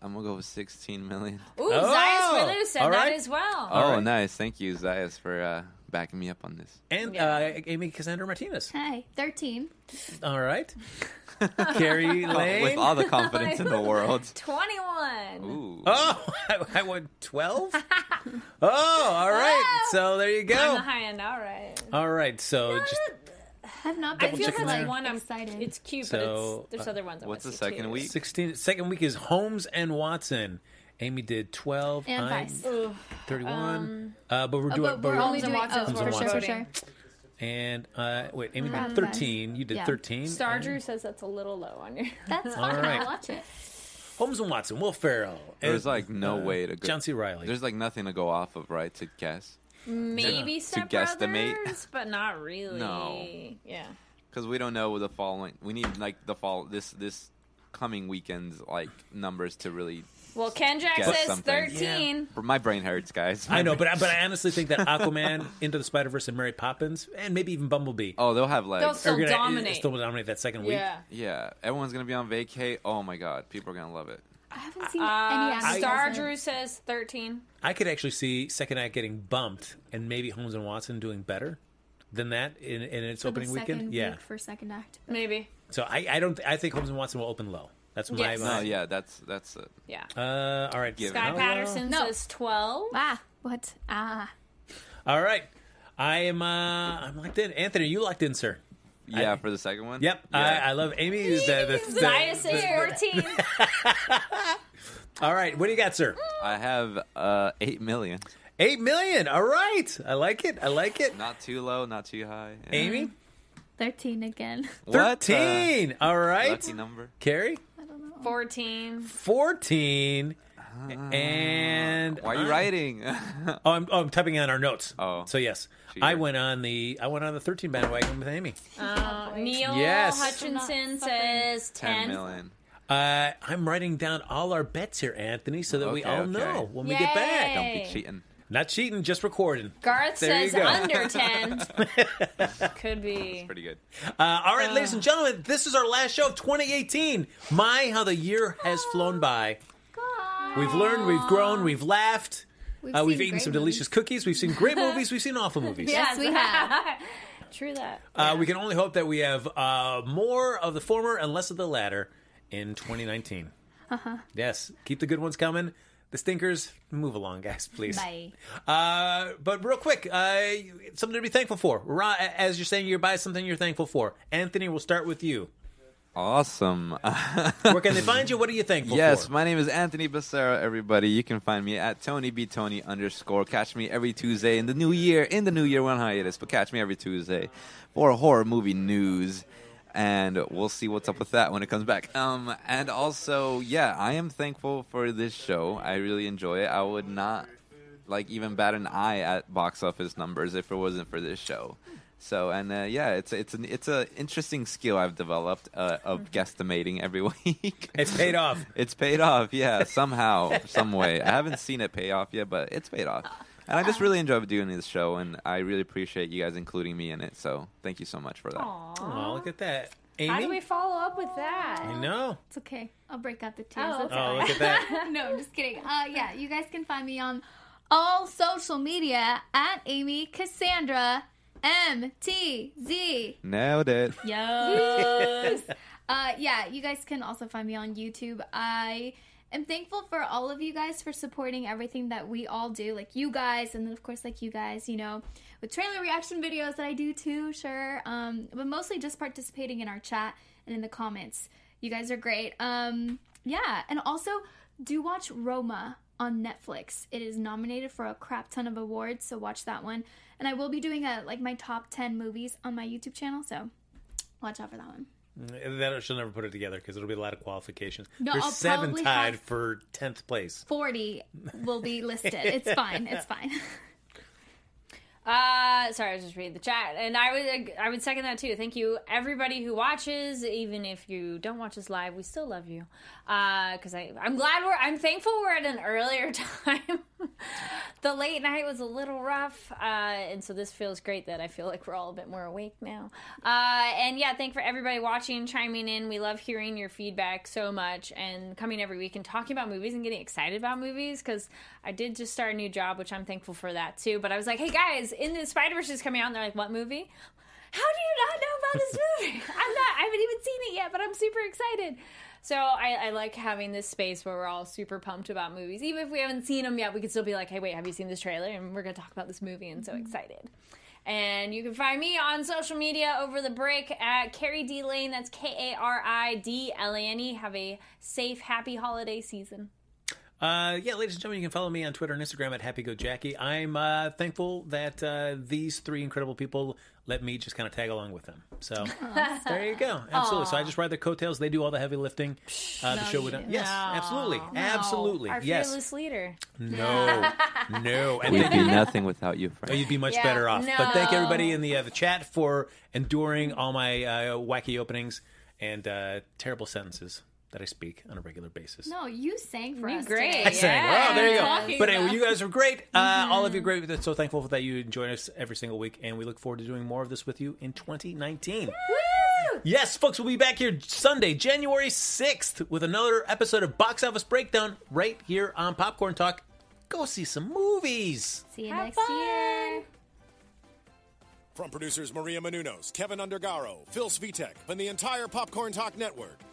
[SPEAKER 4] I'm gonna go with 16 million.
[SPEAKER 5] Ooh, Zayas Willu said
[SPEAKER 4] Oh, all
[SPEAKER 5] that
[SPEAKER 4] right.
[SPEAKER 5] as well.
[SPEAKER 4] Oh,
[SPEAKER 1] right.
[SPEAKER 4] nice. Thank you, Zayas, for uh, backing me up on this.
[SPEAKER 1] And uh, Amy Cassandra Martinez.
[SPEAKER 6] Hi, 13.
[SPEAKER 1] All right. Carrie
[SPEAKER 4] Oh,
[SPEAKER 1] Lane.
[SPEAKER 4] with all the confidence in the world.
[SPEAKER 5] Twenty-one.
[SPEAKER 1] Oh, I, I won 12? oh, all right. So there you
[SPEAKER 5] On
[SPEAKER 1] go.
[SPEAKER 5] the high end, all right.
[SPEAKER 1] All right. So just.
[SPEAKER 6] I've not
[SPEAKER 5] I
[SPEAKER 1] Double
[SPEAKER 5] feel
[SPEAKER 1] chicken
[SPEAKER 5] that's
[SPEAKER 1] there.
[SPEAKER 5] one I'm excited. It's cute,
[SPEAKER 1] So,
[SPEAKER 5] but it's, there's
[SPEAKER 1] uh,
[SPEAKER 5] other ones. I
[SPEAKER 4] what's
[SPEAKER 5] wanna
[SPEAKER 4] the
[SPEAKER 5] see
[SPEAKER 4] second
[SPEAKER 5] too.
[SPEAKER 4] week?
[SPEAKER 1] 16, second week is Holmes and Watson. Amy did 12.
[SPEAKER 5] And
[SPEAKER 1] I'm
[SPEAKER 5] Vice. Ugh.
[SPEAKER 1] 31.
[SPEAKER 5] Um,
[SPEAKER 1] uh, but we're
[SPEAKER 5] oh,
[SPEAKER 1] doing.
[SPEAKER 5] but we're only doing- oh,
[SPEAKER 1] Holmes
[SPEAKER 5] for
[SPEAKER 1] and
[SPEAKER 5] sure, for
[SPEAKER 1] Watson.
[SPEAKER 5] sure.
[SPEAKER 1] And uh, wait, Amy
[SPEAKER 5] Um,
[SPEAKER 1] did 13. You did
[SPEAKER 5] yeah.
[SPEAKER 1] 13.
[SPEAKER 5] Star
[SPEAKER 1] and
[SPEAKER 5] Drew says that's a little low on your. That's
[SPEAKER 1] All fine, I'll right.
[SPEAKER 5] watch it.
[SPEAKER 1] Holmes and Watson. Will Ferrell.
[SPEAKER 4] There's
[SPEAKER 1] and,
[SPEAKER 4] like no
[SPEAKER 1] uh,
[SPEAKER 4] way to go.
[SPEAKER 1] John C. Riley.
[SPEAKER 4] There's like nothing to go off of, right? To guess.
[SPEAKER 5] Maybe
[SPEAKER 4] Yeah.
[SPEAKER 5] Step
[SPEAKER 4] To guesstimate.
[SPEAKER 5] Brothers, but not really.
[SPEAKER 4] No.
[SPEAKER 5] Yeah.
[SPEAKER 4] Because we don't know the following. We need like the fall this this coming weekend's like numbers to really
[SPEAKER 5] Well, Ken Jack
[SPEAKER 4] guess
[SPEAKER 5] says
[SPEAKER 4] something.
[SPEAKER 5] thirteen.
[SPEAKER 4] My brain hurts, guys.
[SPEAKER 1] I know, but I, but I honestly think that Aquaman, Into the Spider Verse, and Mary Poppins, and maybe even Bumblebee.
[SPEAKER 4] Oh, they'll have legs.
[SPEAKER 5] They'll still
[SPEAKER 1] Are gonna-
[SPEAKER 5] dominate.
[SPEAKER 1] Still dominate that second week.
[SPEAKER 5] Yeah.
[SPEAKER 4] Yeah, everyone's gonna be on vacay. Oh my god, people are gonna love it.
[SPEAKER 5] I
[SPEAKER 6] haven't seen
[SPEAKER 5] Uh,
[SPEAKER 6] any.
[SPEAKER 5] Star Drew says 13.
[SPEAKER 1] I could actually see Second Act getting bumped and maybe Holmes and Watson doing better than that in, in its
[SPEAKER 6] for
[SPEAKER 1] opening
[SPEAKER 6] the
[SPEAKER 1] weekend.
[SPEAKER 6] second week
[SPEAKER 1] yeah.
[SPEAKER 6] for second act.
[SPEAKER 5] Maybe.
[SPEAKER 1] So I, I don't I think Holmes and Watson will open low. That's my
[SPEAKER 5] Yes.
[SPEAKER 4] No,
[SPEAKER 1] my-
[SPEAKER 4] Oh, yeah, that's that's a
[SPEAKER 5] Yeah.
[SPEAKER 1] Uh, all right.
[SPEAKER 4] given.
[SPEAKER 5] Guy
[SPEAKER 1] Oh, well.
[SPEAKER 5] Patterson says 12.
[SPEAKER 6] Ah, what? Ah.
[SPEAKER 1] All right. I am uh I'm locked in. Anthony, you locked in, sir.
[SPEAKER 4] Yeah, for the second one.
[SPEAKER 1] Yep. I, I love Amy. is The, the, the-
[SPEAKER 5] Zaya says 14.
[SPEAKER 1] all right. What do you got, sir?
[SPEAKER 4] I have uh, eight million.
[SPEAKER 1] Eight million. All right. I like it. I like it.
[SPEAKER 4] Not too low, not too high. Yeah.
[SPEAKER 1] Amy?
[SPEAKER 6] 13 again.
[SPEAKER 4] Mm. What uh? the-
[SPEAKER 1] Thirteen. all right.
[SPEAKER 4] Lucky number.
[SPEAKER 1] Carrie?
[SPEAKER 5] 14.
[SPEAKER 1] Fourteen. And
[SPEAKER 4] Ah. Why are you
[SPEAKER 1] I-
[SPEAKER 4] writing?
[SPEAKER 1] Oh, I'm, oh, I'm typing on our notes.
[SPEAKER 4] Oh.
[SPEAKER 1] so yes,
[SPEAKER 4] Cheater.
[SPEAKER 1] I went on the I went on the 13 bandwagon with Amy.
[SPEAKER 5] Uh, Neil
[SPEAKER 1] Yes.
[SPEAKER 5] Hutchinson says 10.
[SPEAKER 4] Ten million.
[SPEAKER 1] Uh, I'm writing down all our bets here, Anthony, so that we
[SPEAKER 4] Okay,
[SPEAKER 1] all
[SPEAKER 4] okay.
[SPEAKER 1] know when we get back.
[SPEAKER 5] Yay.
[SPEAKER 4] Don't be
[SPEAKER 5] Hey.
[SPEAKER 4] cheating.
[SPEAKER 1] Not cheating, just recording.
[SPEAKER 5] Garth
[SPEAKER 4] There you
[SPEAKER 5] says
[SPEAKER 4] go.
[SPEAKER 5] under 10. Could be.
[SPEAKER 4] Pretty good.
[SPEAKER 1] Uh, all right, ladies and gentlemen, this is our last show of 2018. My, how the year has
[SPEAKER 6] Oh
[SPEAKER 1] flown by. We've learned, we've grown, we've laughed.
[SPEAKER 6] We've,
[SPEAKER 1] Uh, we've
[SPEAKER 6] seen
[SPEAKER 1] eaten
[SPEAKER 6] great
[SPEAKER 1] some
[SPEAKER 6] movies.
[SPEAKER 1] delicious cookies. We've seen great movies. We've seen awful movies.
[SPEAKER 6] Yes, we have.
[SPEAKER 5] True that.
[SPEAKER 1] Uh, we can only hope that we have uh, more of the former and less of the latter in 2019.
[SPEAKER 6] Uh-huh.
[SPEAKER 1] Yes, keep the good ones coming. The stinkers, move along, guys, please.
[SPEAKER 6] Bye.
[SPEAKER 1] Uh, but real quick, uh, something to be thankful for. Ra- as you're saying goodbye, something you're thankful for. Anthony, we'll start with you.
[SPEAKER 4] Awesome.
[SPEAKER 1] Where can they find you? What are you thankful
[SPEAKER 4] Yes,
[SPEAKER 1] for?
[SPEAKER 4] my name is Anthony Becerra, everybody. You can find me at Tony B Tony underscore. Catch me every Tuesday in the new year. In the new year, one hiatus, but catch me every Tuesday for horror movie news. And we'll see what's up with that when it comes back. Um, and also, yeah, I am thankful for this show. I really enjoy it. I would not like even bat an eye at box office numbers if it wasn't for this show. So and uh, yeah, it's it's an it's a interesting skill I've developed uh, of guesstimating every week.
[SPEAKER 1] It's paid off.
[SPEAKER 4] It's paid off, yeah, somehow, some way. I haven't seen it pay off yet, but it's paid off. And I just really enjoy doing this show, and I really appreciate you guys including me in it. So thank you so much for that.
[SPEAKER 1] Oh, look at that. Amy?
[SPEAKER 5] How do we follow up with that?
[SPEAKER 1] I know.
[SPEAKER 6] It's okay. I'll break out the tears.
[SPEAKER 5] Oh,
[SPEAKER 6] That's
[SPEAKER 1] Oh,
[SPEAKER 6] all
[SPEAKER 1] look
[SPEAKER 6] right.
[SPEAKER 1] at that.
[SPEAKER 6] no, I'm just kidding. Uh, yeah, you guys can find me on all social media at Amy Cassandra M T Z.
[SPEAKER 4] Nailed it.
[SPEAKER 6] Yes. uh, yeah, you guys can also find me on YouTube. I am thankful for all of you guys for supporting everything that we all do, like you guys, and then of course like you guys, you know, with trailer reaction videos that I do too, sure. Um, but mostly just participating in our chat and in the comments. You guys are great. Um, yeah, and also do watch Roma on Netflix. It is nominated for a crap ton of awards, so watch that one. And I will be doing a like my top 10 movies on my YouTube channel, so watch out for that one.
[SPEAKER 1] That she'll never put it together because it'll be a lot of qualifications.
[SPEAKER 6] No,
[SPEAKER 1] You're
[SPEAKER 6] I'll
[SPEAKER 1] seven
[SPEAKER 6] probably
[SPEAKER 1] tied
[SPEAKER 6] have-
[SPEAKER 1] for tenth place.
[SPEAKER 6] 40 will be listed. It's fine. It's fine.
[SPEAKER 5] Uh, sorry, I was just reading the chat, and I would I would second that too. Thank you, everybody who watches, even if you don't watch us live, we still love you. Uh, because I I'm glad we're I'm thankful we're at an earlier time. the late night was a little rough, uh, and so this feels great that I feel like we're all a bit more awake now. Uh, and yeah, thank for everybody watching, chiming in. We love hearing your feedback so much, and coming every week and talking about movies and getting excited about movies because I did just start a new job, which I'm thankful for that too. But I was like, hey guys, in the Spider Verse is coming out, and they're like, what movie? How do you not know about this movie? I'm not. I haven't even seen it yet, but I'm super excited. So I, I like having this space where we're all super pumped about movies, even if we haven't seen them yet. We can still be like, "Hey, wait, have you seen this trailer?" And we're gonna talk about this movie, and so excited. And you can find me on social media over the break at Carrie D Lane. That's K A R I D L A N E. Have a safe, happy holiday season.
[SPEAKER 1] Uh, yeah, ladies and gentlemen, you can follow me on Twitter and Instagram at HappyGoJackie. I'm uh, thankful that uh, these three incredible people let me just kind of tag along with them. So there you go. Absolutely. So I just ride their coattails. They do all the heavy lifting. Uh, the show would not. Yes, absolutely. Absolutely.
[SPEAKER 5] Our
[SPEAKER 1] yes.
[SPEAKER 5] fearless leader.
[SPEAKER 1] No. No. And
[SPEAKER 4] We'd
[SPEAKER 1] thank
[SPEAKER 4] be
[SPEAKER 1] you.
[SPEAKER 4] nothing without you,
[SPEAKER 1] Oh,
[SPEAKER 4] Frank.
[SPEAKER 1] You'd be much
[SPEAKER 5] Yeah,
[SPEAKER 1] better off. But thank
[SPEAKER 5] no.
[SPEAKER 1] everybody in the uh, the chat for enduring all my uh, wacky openings and uh, terrible sentences that I speak on a regular basis.
[SPEAKER 6] No, you sang for
[SPEAKER 5] You
[SPEAKER 6] us.
[SPEAKER 5] great.
[SPEAKER 6] Today.
[SPEAKER 1] I sang.
[SPEAKER 5] Yeah.
[SPEAKER 1] Oh, there you go.
[SPEAKER 5] Talking
[SPEAKER 1] But anyway,
[SPEAKER 5] about- Mm-hmm.
[SPEAKER 1] you guys are great. Uh, all of you are great. We're so thankful that you join us every single week, and we look forward to doing more of this with you in 2019.
[SPEAKER 5] Woo!
[SPEAKER 1] Yes, folks, we'll be back here Sunday, January 6th, with another episode of Box Office Breakdown right here on Popcorn Talk. Go see some movies.
[SPEAKER 6] See you
[SPEAKER 5] Have
[SPEAKER 6] next
[SPEAKER 5] fun.
[SPEAKER 6] year.
[SPEAKER 2] From producers Maria Menunos, Kevin Undergaro, Phil Svitek, and the entire Popcorn Talk Network,